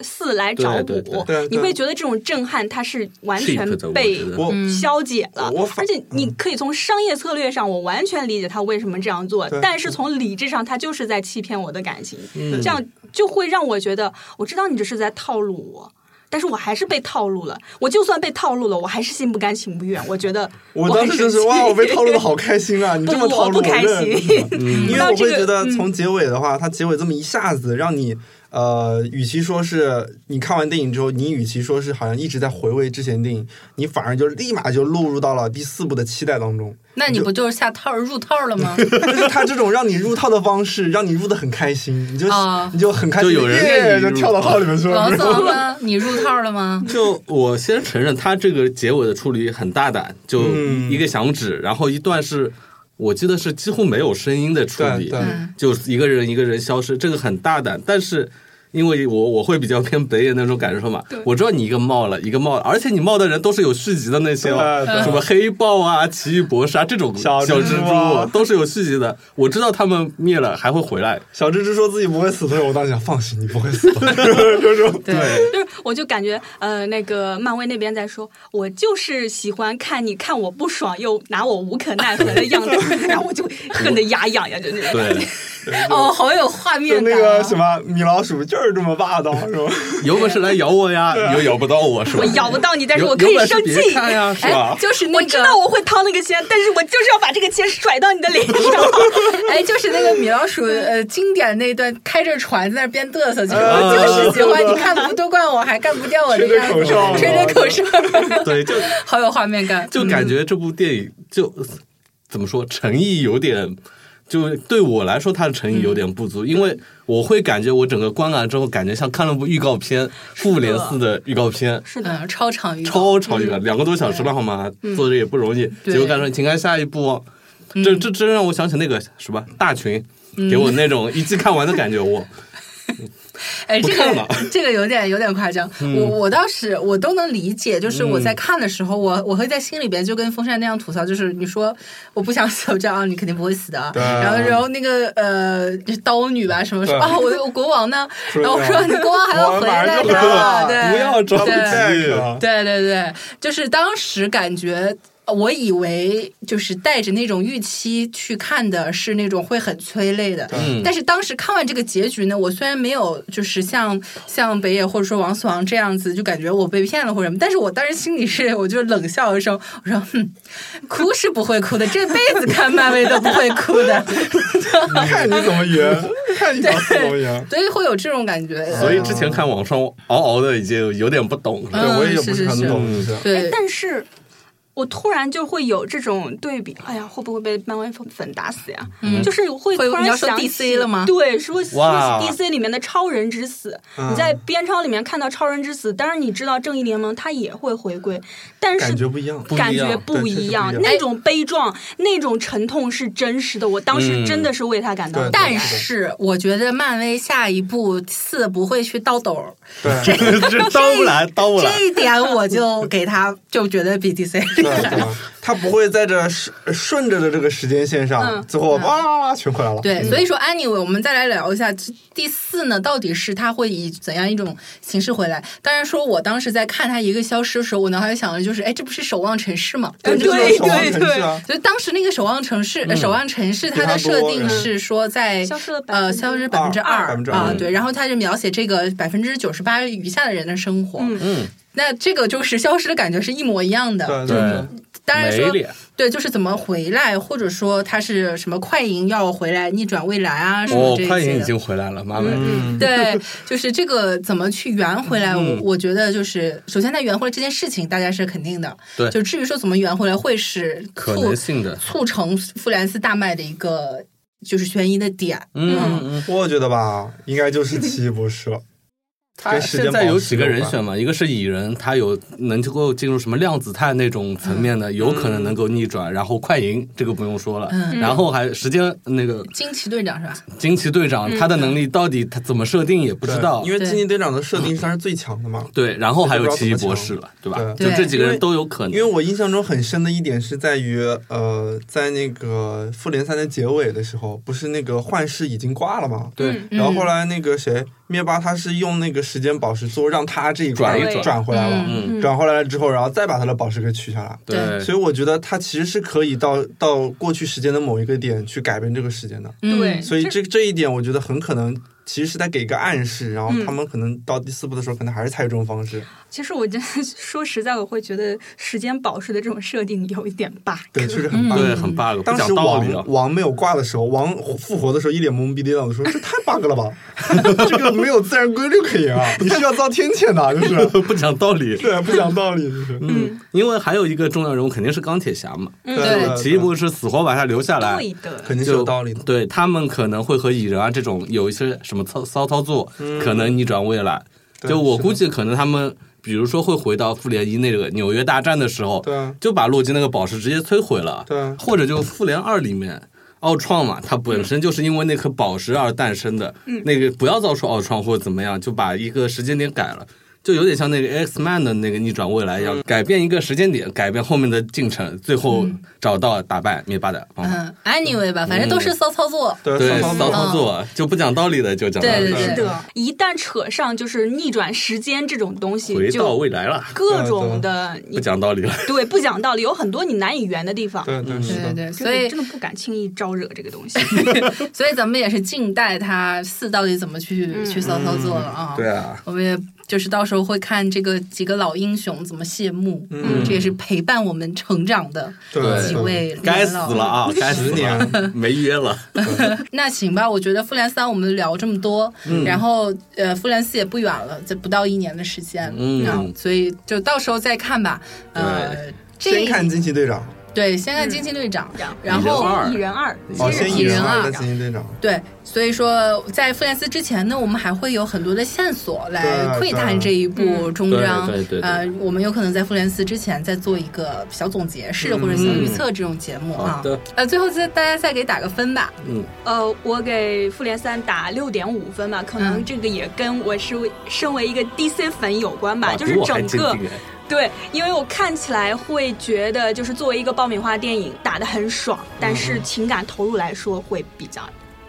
Speaker 2: 四来找补，
Speaker 4: 对对对
Speaker 3: 对对
Speaker 2: 你会觉得这种震撼它是完
Speaker 4: cheap
Speaker 2: 全
Speaker 4: 的，我
Speaker 2: 被
Speaker 4: 觉得
Speaker 3: 我
Speaker 2: 消解了
Speaker 3: 嗯我，反嗯
Speaker 2: 而且你可以从商业策略上，我完全理解他为什么这样做
Speaker 3: 对，
Speaker 2: 但是从理智上，他就是在欺骗我的感情，
Speaker 4: 嗯
Speaker 2: 这样就会让我觉得，我知道你这是在套路我。但是我还是被套路了，我就算被套路了，我还是心不甘情不愿。我觉得
Speaker 3: 我
Speaker 2: 很
Speaker 3: 当时就
Speaker 2: 生
Speaker 3: 是
Speaker 2: 气
Speaker 3: 哇，我被套路的好开心啊！你这么
Speaker 2: 不
Speaker 3: 套路
Speaker 2: 我不开
Speaker 3: 认嗯
Speaker 2: 心
Speaker 3: 因为
Speaker 2: 到
Speaker 3: 我
Speaker 2: 这
Speaker 3: 会
Speaker 2: 个
Speaker 3: 觉得
Speaker 2: 嗯
Speaker 3: 从结尾的话，它结尾这么一下子让你。呃，与其说是你看完电影之后，你与其说是好像一直在回味之前电影，你反而就立马就落入到了第四部的期待当中。
Speaker 1: 那你不就是下套入套了 吗？
Speaker 3: 就是他这种让你入套的方式，让你入的很开心，你就、
Speaker 1: 啊
Speaker 3: 你就很开心，
Speaker 4: 就有人
Speaker 3: 耶
Speaker 4: 愿意
Speaker 3: 就
Speaker 4: 入
Speaker 3: 跳到套里面去了
Speaker 1: 王。 总呢？你入套了 吗？
Speaker 4: 就我先承认，他这个结尾的处理很大胆，就
Speaker 3: 嗯
Speaker 4: 一个响指，然后一段是我记得是几乎没有声音的处
Speaker 3: 对
Speaker 4: 理，
Speaker 3: 对，
Speaker 1: 嗯
Speaker 4: 就一个人一个人消失，这个很大胆，但是。因为我我会比较偏北野那种感受嘛，我知道你一个冒了，一个冒了，而且你冒的人都是有续集的那些哦，
Speaker 3: 对对
Speaker 4: 什么黑豹啊、奇异博士啊这种
Speaker 3: 小
Speaker 4: 小蜘
Speaker 3: 蜘蛛啊
Speaker 4: 蛛都是有续集的。我知道他们灭了还会回来，
Speaker 3: 小蜘蛛说自己不会死的，我当时想放心，你不会死的，就这种。
Speaker 1: 对，
Speaker 2: 就是我就感觉呃，那个漫威那边在说，我就是喜欢看你看我不爽，又拿我无可奈何的样 子，然后我就恨得牙痒痒，就那种。
Speaker 4: 对，
Speaker 1: 哦，好有画
Speaker 3: 就
Speaker 1: 面
Speaker 3: 那
Speaker 1: 感
Speaker 3: 个
Speaker 1: 啊。
Speaker 3: 什么米老鼠就是这么霸道，是吧？
Speaker 4: 有本事来咬我 呀，你又咬不到我是吧？
Speaker 2: 我咬不到你，但是
Speaker 4: 有
Speaker 2: 我可以
Speaker 4: 有本事
Speaker 2: 生
Speaker 4: 别
Speaker 2: 气。
Speaker 4: 看呀，是
Speaker 1: 哎
Speaker 4: 吧？，
Speaker 1: 就是那个，
Speaker 2: 我知道我会掏那个钱，但是我就是要把这个钱甩到你的脸上。
Speaker 1: 哎，就是那个米老鼠，呃，经典那段开着船在那边嘚瑟，就是
Speaker 3: 啊
Speaker 1: 我就是喜欢你看不都怪我，还干不掉我的
Speaker 3: 吹着
Speaker 1: 样
Speaker 3: 口
Speaker 1: 子
Speaker 3: 哨，
Speaker 1: 吹着口哨，
Speaker 4: 对，就
Speaker 1: 好有画面感。
Speaker 4: 就感觉这部电影就怎么说，诚意有点，就对我来说，它的诚意有点不足，
Speaker 1: 嗯
Speaker 4: 因为我会感觉我整个观感之后，感觉像看了部预告片，复联四的预告片。
Speaker 2: 是
Speaker 1: 嗯，超长预告，
Speaker 4: 超长预告，两个多小时了，好吗？做的也不容易。
Speaker 1: 嗯对嗯
Speaker 4: 结果感觉，请看下一部哦。这这真让我想起那个什么大群，给我那种一季看完的感觉。我
Speaker 1: 哎，这
Speaker 4: 不看了
Speaker 1: 个这个有点有点夸张。
Speaker 3: 嗯
Speaker 1: 我我倒是我都能理解，就是我在看的时候，我我会在心里边就跟风扇那样吐槽，就是你说我不想死，我知道啊你肯定不会死的啊。
Speaker 3: 对
Speaker 1: 然后然后那个呃刀女吧什么说
Speaker 3: 对
Speaker 1: 啊我我国王呢？
Speaker 3: 说
Speaker 1: 然后我
Speaker 3: 这样
Speaker 1: 说你国王还要
Speaker 3: 国王
Speaker 1: 回
Speaker 3: 马上
Speaker 1: 来
Speaker 3: 就回来
Speaker 1: 的，啊
Speaker 3: 了
Speaker 1: 对，
Speaker 4: 不要 着
Speaker 1: 对
Speaker 4: 急。
Speaker 1: 对对对，就是当时感觉。呃我以为就是带着那种预期去看的是那种会很催泪的，
Speaker 4: 嗯
Speaker 1: 但是当时看完这个结局呢，我虽然没有就是像像北野或者说王思王这样子，就感觉我被骗了或者什么，但是我当时心里是我就冷笑一声，我说哼，哭是不会哭的，这辈子看漫威都不会哭 的，
Speaker 3: 看你怎么圆，看你想怎么圆。
Speaker 1: 所以会有这种感觉。
Speaker 4: 所以之前看网上嗷嗷的已经有点不懂了。
Speaker 1: 嗯
Speaker 3: 对，我也不
Speaker 1: 是是
Speaker 3: 很
Speaker 1: 是
Speaker 3: 懂这些。
Speaker 2: 哎
Speaker 1: 对，
Speaker 2: 但是我突然就会有这种对比，哎呀，会不会被漫威粉打死呀？就是会
Speaker 1: 会
Speaker 2: 突然
Speaker 1: 你要说
Speaker 2: 想起
Speaker 1: DC 了吗
Speaker 2: 对，说说起
Speaker 4: 嗯哇哦
Speaker 2: DC 里面的超人之死，
Speaker 3: 嗯
Speaker 2: 你在边超里面看到超人之死，当然你知道正义联盟它也会回归，但
Speaker 3: 感
Speaker 2: 是
Speaker 3: 觉。不一样，
Speaker 4: 不一
Speaker 2: 感
Speaker 4: 样
Speaker 2: 觉
Speaker 3: 对确实
Speaker 2: 一
Speaker 3: 不
Speaker 2: 样
Speaker 3: 一样，
Speaker 2: 那种悲壮、那种沉痛是真实的。我当时
Speaker 4: 嗯
Speaker 2: 真的是为他感到
Speaker 3: 对
Speaker 2: 悲哀，
Speaker 1: 但是我觉得漫威下一步四不会去倒斗儿，
Speaker 3: 对
Speaker 4: 这刀不来，刀不来。
Speaker 1: 这一点我就给他就觉得比 DC
Speaker 3: 对对，他不会在这顺呃顺着的这个时间线上，
Speaker 2: 嗯
Speaker 3: 最后哇全回来了。
Speaker 1: 对，所以说 anyway，我们再来聊一下这第四呢，到底是它会以怎样一种形式回来？当然，说我当时在看它一个消失的时候，我脑海里想的就是，哎，这不是《守望城市》吗？
Speaker 3: 对
Speaker 2: 对
Speaker 3: 就是守望嗯城市啊，
Speaker 1: 所以当时那个守望城市，呃守望城市它的设定是说在
Speaker 2: 消失了百分之
Speaker 1: 呃消失百分之二
Speaker 3: 嗯百分之
Speaker 1: 啊
Speaker 3: 二，嗯
Speaker 1: 对，然后它就描写这个百分之九十八余下的人的生活，
Speaker 2: 嗯
Speaker 4: 嗯，
Speaker 1: 那这个就是消失的感觉是一模一样的。
Speaker 3: 对
Speaker 4: 对，
Speaker 1: 当然
Speaker 4: 没
Speaker 1: 嗯说
Speaker 4: 脸。
Speaker 1: 对，就是怎么回来，或者说它是什么快银要回来逆转未来啊什么
Speaker 4: 哦
Speaker 1: 这，一
Speaker 4: 快
Speaker 1: 些
Speaker 4: 银
Speaker 1: 的
Speaker 4: 已。经回来了，妈咪。
Speaker 3: 嗯，
Speaker 1: 对，就是这个怎么去圆回来，
Speaker 4: 嗯
Speaker 1: 我我觉得就是首先它圆回来这件事情，大家是肯定的。
Speaker 4: 对
Speaker 1: 就至于说怎么圆回来，会是
Speaker 4: 可
Speaker 1: 促
Speaker 4: 能性的。
Speaker 1: 促成复联四大卖的一个就是悬疑的点。
Speaker 4: 嗯嗯嗯。
Speaker 3: 我觉得吧，应该就是奇异博士了。
Speaker 4: 他
Speaker 3: 跟时间
Speaker 4: 现在
Speaker 3: 保
Speaker 4: 有
Speaker 3: 持
Speaker 4: 几个
Speaker 3: 有
Speaker 4: 人
Speaker 3: 关
Speaker 4: 选嘛？一个是蚁人，他有能够进入什么量子态那种层面的，有可能能够逆转。然后快银这个不用说了，
Speaker 1: 嗯
Speaker 4: 然后还时间那个
Speaker 1: 惊奇队长是吧？
Speaker 4: 惊奇队
Speaker 1: 嗯
Speaker 4: 长，他的能力到底他怎么设定也不
Speaker 3: 不
Speaker 4: 知道
Speaker 3: 因。为
Speaker 1: 对
Speaker 3: 惊奇队长的设定算是最强的嘛。
Speaker 4: 对，然后还有奇异博士了，对
Speaker 3: 不知道
Speaker 4: 吧
Speaker 3: 怎么？
Speaker 1: 对
Speaker 4: 就这几个
Speaker 3: 因
Speaker 4: 人
Speaker 3: 为
Speaker 4: 都有可能。
Speaker 3: 因为我印象中很深的一点是在于，呃，在那个复联三的结尾的时候，不是那个幻视已经挂了吗？
Speaker 4: 对
Speaker 1: 嗯
Speaker 3: 然后后来那个谁，灭霸他是用那个时间宝石做让他这一
Speaker 4: 转
Speaker 3: 块
Speaker 2: 一转
Speaker 3: 转回来了，
Speaker 4: 嗯
Speaker 3: 转回来了之后，然后再把他的宝石给取下来。
Speaker 1: 对
Speaker 3: 所以我觉得他其实是可以到到过去时间的某一个点去改变这个时间的，
Speaker 2: 对
Speaker 1: 嗯
Speaker 3: 所以这这一点我觉得很可能其实是在给一个暗示，然后他们可能到第四部的时候可能还是采用这种方式，
Speaker 2: 其实我真的 说实在，我会觉得时间宝石的这种设定有一点 bug。
Speaker 3: 对，确实很棒。
Speaker 4: 对，很 bug，不
Speaker 3: 嗯当时
Speaker 4: 讲道理了啊
Speaker 3: 王。王没有挂的时候，王复活的时候一脸懵逼的样子，说：“这太 bug 了吧， 这个没有自然规律可言啊，你是要遭天谴的啊，就是
Speaker 4: 不讲道理，
Speaker 3: 对，啊不讲道理，就是
Speaker 4: 嗯，因为还有一个重要人物肯定是钢铁侠嘛，
Speaker 3: 嗯
Speaker 1: 嗯
Speaker 3: 对
Speaker 1: 对
Speaker 3: 对
Speaker 4: 奇异博士死活把他留下来，
Speaker 2: 对的，
Speaker 3: 肯定是
Speaker 4: 就
Speaker 3: 有道理的。
Speaker 4: 对他们可能会和蚁人啊这种有一些什么操骚操作，可能逆转未来。
Speaker 3: 嗯对
Speaker 4: 就我估
Speaker 3: 是
Speaker 4: 计，可能他们比如说会回到复联一那个纽约大战的时候，
Speaker 3: 对啊
Speaker 4: 就把洛基那个宝石直接摧毁了，
Speaker 3: 对啊
Speaker 4: 或者就复联二里面。奥创嘛，它本身就是因为那颗宝石而诞生的。那个不要造出奥创或者怎么样，就把一个时间点改了，就有点像那个 X Man 的那个逆转未来一样，改变一个时间点，改变后面的进程，最后找到打败灭霸的方法。
Speaker 1: 嗯，anyway 吧，反正都是骚操作。
Speaker 3: 对，
Speaker 4: 对，
Speaker 3: 骚
Speaker 4: 骚
Speaker 3: 操作
Speaker 4: 操作就不讲道理的就讲道
Speaker 1: 对
Speaker 4: 理
Speaker 1: 对
Speaker 4: 了，
Speaker 1: 对
Speaker 2: 是的，一旦扯上就是逆转时间这种东西，
Speaker 4: 回到
Speaker 2: 就
Speaker 4: 未来了，
Speaker 2: 各种的
Speaker 4: 不
Speaker 2: 你
Speaker 4: 讲道理了。
Speaker 2: 对不讲道理，有很多你难以圆的地方。
Speaker 3: 对对是
Speaker 1: 对对
Speaker 3: 的，
Speaker 1: 对，
Speaker 2: 真
Speaker 1: 所
Speaker 2: 的
Speaker 1: 以
Speaker 2: 真的不敢轻易招惹这个东西。
Speaker 1: 所以咱们也是静待它四到底怎么去、去骚操作了啊。
Speaker 4: 啊，
Speaker 1: 我们也就是到时候会看这个几个老英雄怎么谢幕，
Speaker 3: 嗯
Speaker 1: 这也是陪伴我们成长的
Speaker 4: 对
Speaker 1: 几位
Speaker 4: 该
Speaker 1: 元
Speaker 4: 死
Speaker 1: 老。
Speaker 4: 了啊， 该死
Speaker 3: 十年
Speaker 4: 了，没约 了。
Speaker 1: 那行吧，我觉得复联三我们聊这么多，
Speaker 4: 嗯
Speaker 1: 然后呃，复联四也不远了，这不到一年的时间，
Speaker 4: 嗯
Speaker 1: 啊所以就到时候再看吧。呃，这
Speaker 3: 先看惊奇队长，
Speaker 1: 对，先看惊奇队长，然
Speaker 4: 蚁人
Speaker 1: 后
Speaker 4: 二
Speaker 2: 一人二，
Speaker 4: 蚁
Speaker 2: 其
Speaker 3: 哦，
Speaker 2: 实
Speaker 3: 先
Speaker 1: 蚁
Speaker 3: 蚁人
Speaker 1: 人
Speaker 3: 二，
Speaker 1: 二
Speaker 3: 再惊奇队长，
Speaker 1: 对，所以说，在富兰斯之前呢，我们还会有很多的线索来
Speaker 3: 对啊
Speaker 1: 窥探
Speaker 3: 对
Speaker 1: 这一部终章
Speaker 4: 嗯对对对。对
Speaker 1: 呃，我们有可能在复联四之前再做一个小总结式或者小预测这种节目啊
Speaker 4: 嗯好。的，
Speaker 1: 呃，最后再大家再给打个分吧。
Speaker 4: 嗯，
Speaker 2: 呃，我给《复联三》打六点五分吧，可能
Speaker 1: 嗯
Speaker 2: 这个也跟我是为身为一个 DC 粉有关吧，
Speaker 4: 哇
Speaker 2: 就是
Speaker 4: 啊比我还
Speaker 2: 整
Speaker 4: 坚
Speaker 2: 个
Speaker 4: 定哎
Speaker 2: 对，因为我看起来会觉得，就是作为一个爆米花电影打得很爽，但是情感投入来说会比较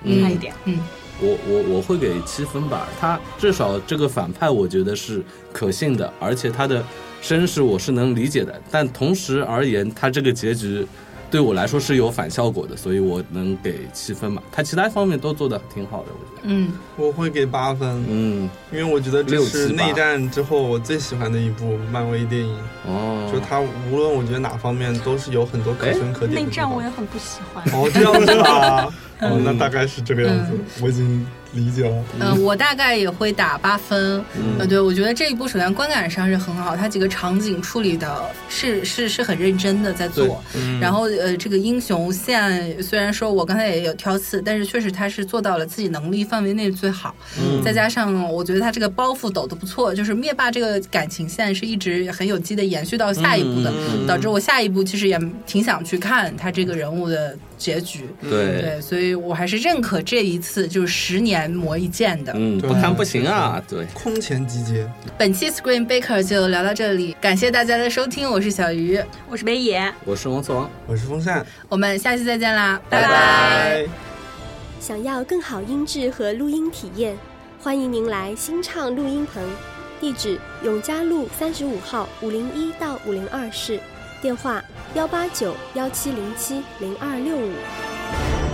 Speaker 1: 嗯
Speaker 2: 差一点。
Speaker 1: 嗯，
Speaker 4: 我我我会给七分吧，他至少这个反派我觉得是可信的，而且他的身世我是能理解的，但同时而言，他这个结局对我来说是有反效果的，所以我能给七分吧。他其他方面都做的挺好的，我觉得。
Speaker 1: 嗯，
Speaker 3: 我会给八分，
Speaker 4: 嗯，
Speaker 3: 因为我觉得这
Speaker 4: 六
Speaker 3: 是
Speaker 4: 七八
Speaker 3: 内战之后我最喜欢的一部漫威电影，
Speaker 4: 哦，
Speaker 3: 就它无论我觉得哪方面都是有很多可圈可点
Speaker 2: 内
Speaker 3: 的地
Speaker 2: 战我也
Speaker 3: 方。
Speaker 2: 很不喜欢。
Speaker 3: 哦，这样是吧？哦，那大概是这个样子，我已经理解了。
Speaker 4: 嗯
Speaker 1: 呃，我大概也会打八分。呃，对，我觉得这一部首先观感上是很好，它几个场景处理的是是是很认真的在
Speaker 4: 对
Speaker 1: 做。
Speaker 4: 嗯
Speaker 1: 然后呃，这个英雄线虽然说我刚才也有挑刺，但是确实他是做到了自己能力范围内最好。
Speaker 4: 嗯
Speaker 1: 再加上我觉得他这个包袱抖得不错，就是灭霸这个感情线是一直很有机的延续到下一步的，
Speaker 4: 嗯
Speaker 1: 导致我下一步其实也挺想去看他这个人物的结局。
Speaker 4: 对，
Speaker 1: 对，所以我还是认可这一次就是十年磨一剑的。
Speaker 4: 嗯，
Speaker 3: 对
Speaker 4: 不看不行啊，对，
Speaker 3: 空前集结，
Speaker 1: 本期 Screen Baker 就聊到这里，感谢大家的收听，我是小鱼，
Speaker 2: 我是北野，
Speaker 4: 我是王思王。
Speaker 3: 我是风扇，
Speaker 1: 我们下期再见啦，拜
Speaker 4: 拜
Speaker 1: 拜
Speaker 3: 拜。
Speaker 5: 想要更好音质和录音体验，欢迎您来新唱录音棚，地址永嘉路三十五号五零一到五零二室，电话幺八九幺七零七零二六五。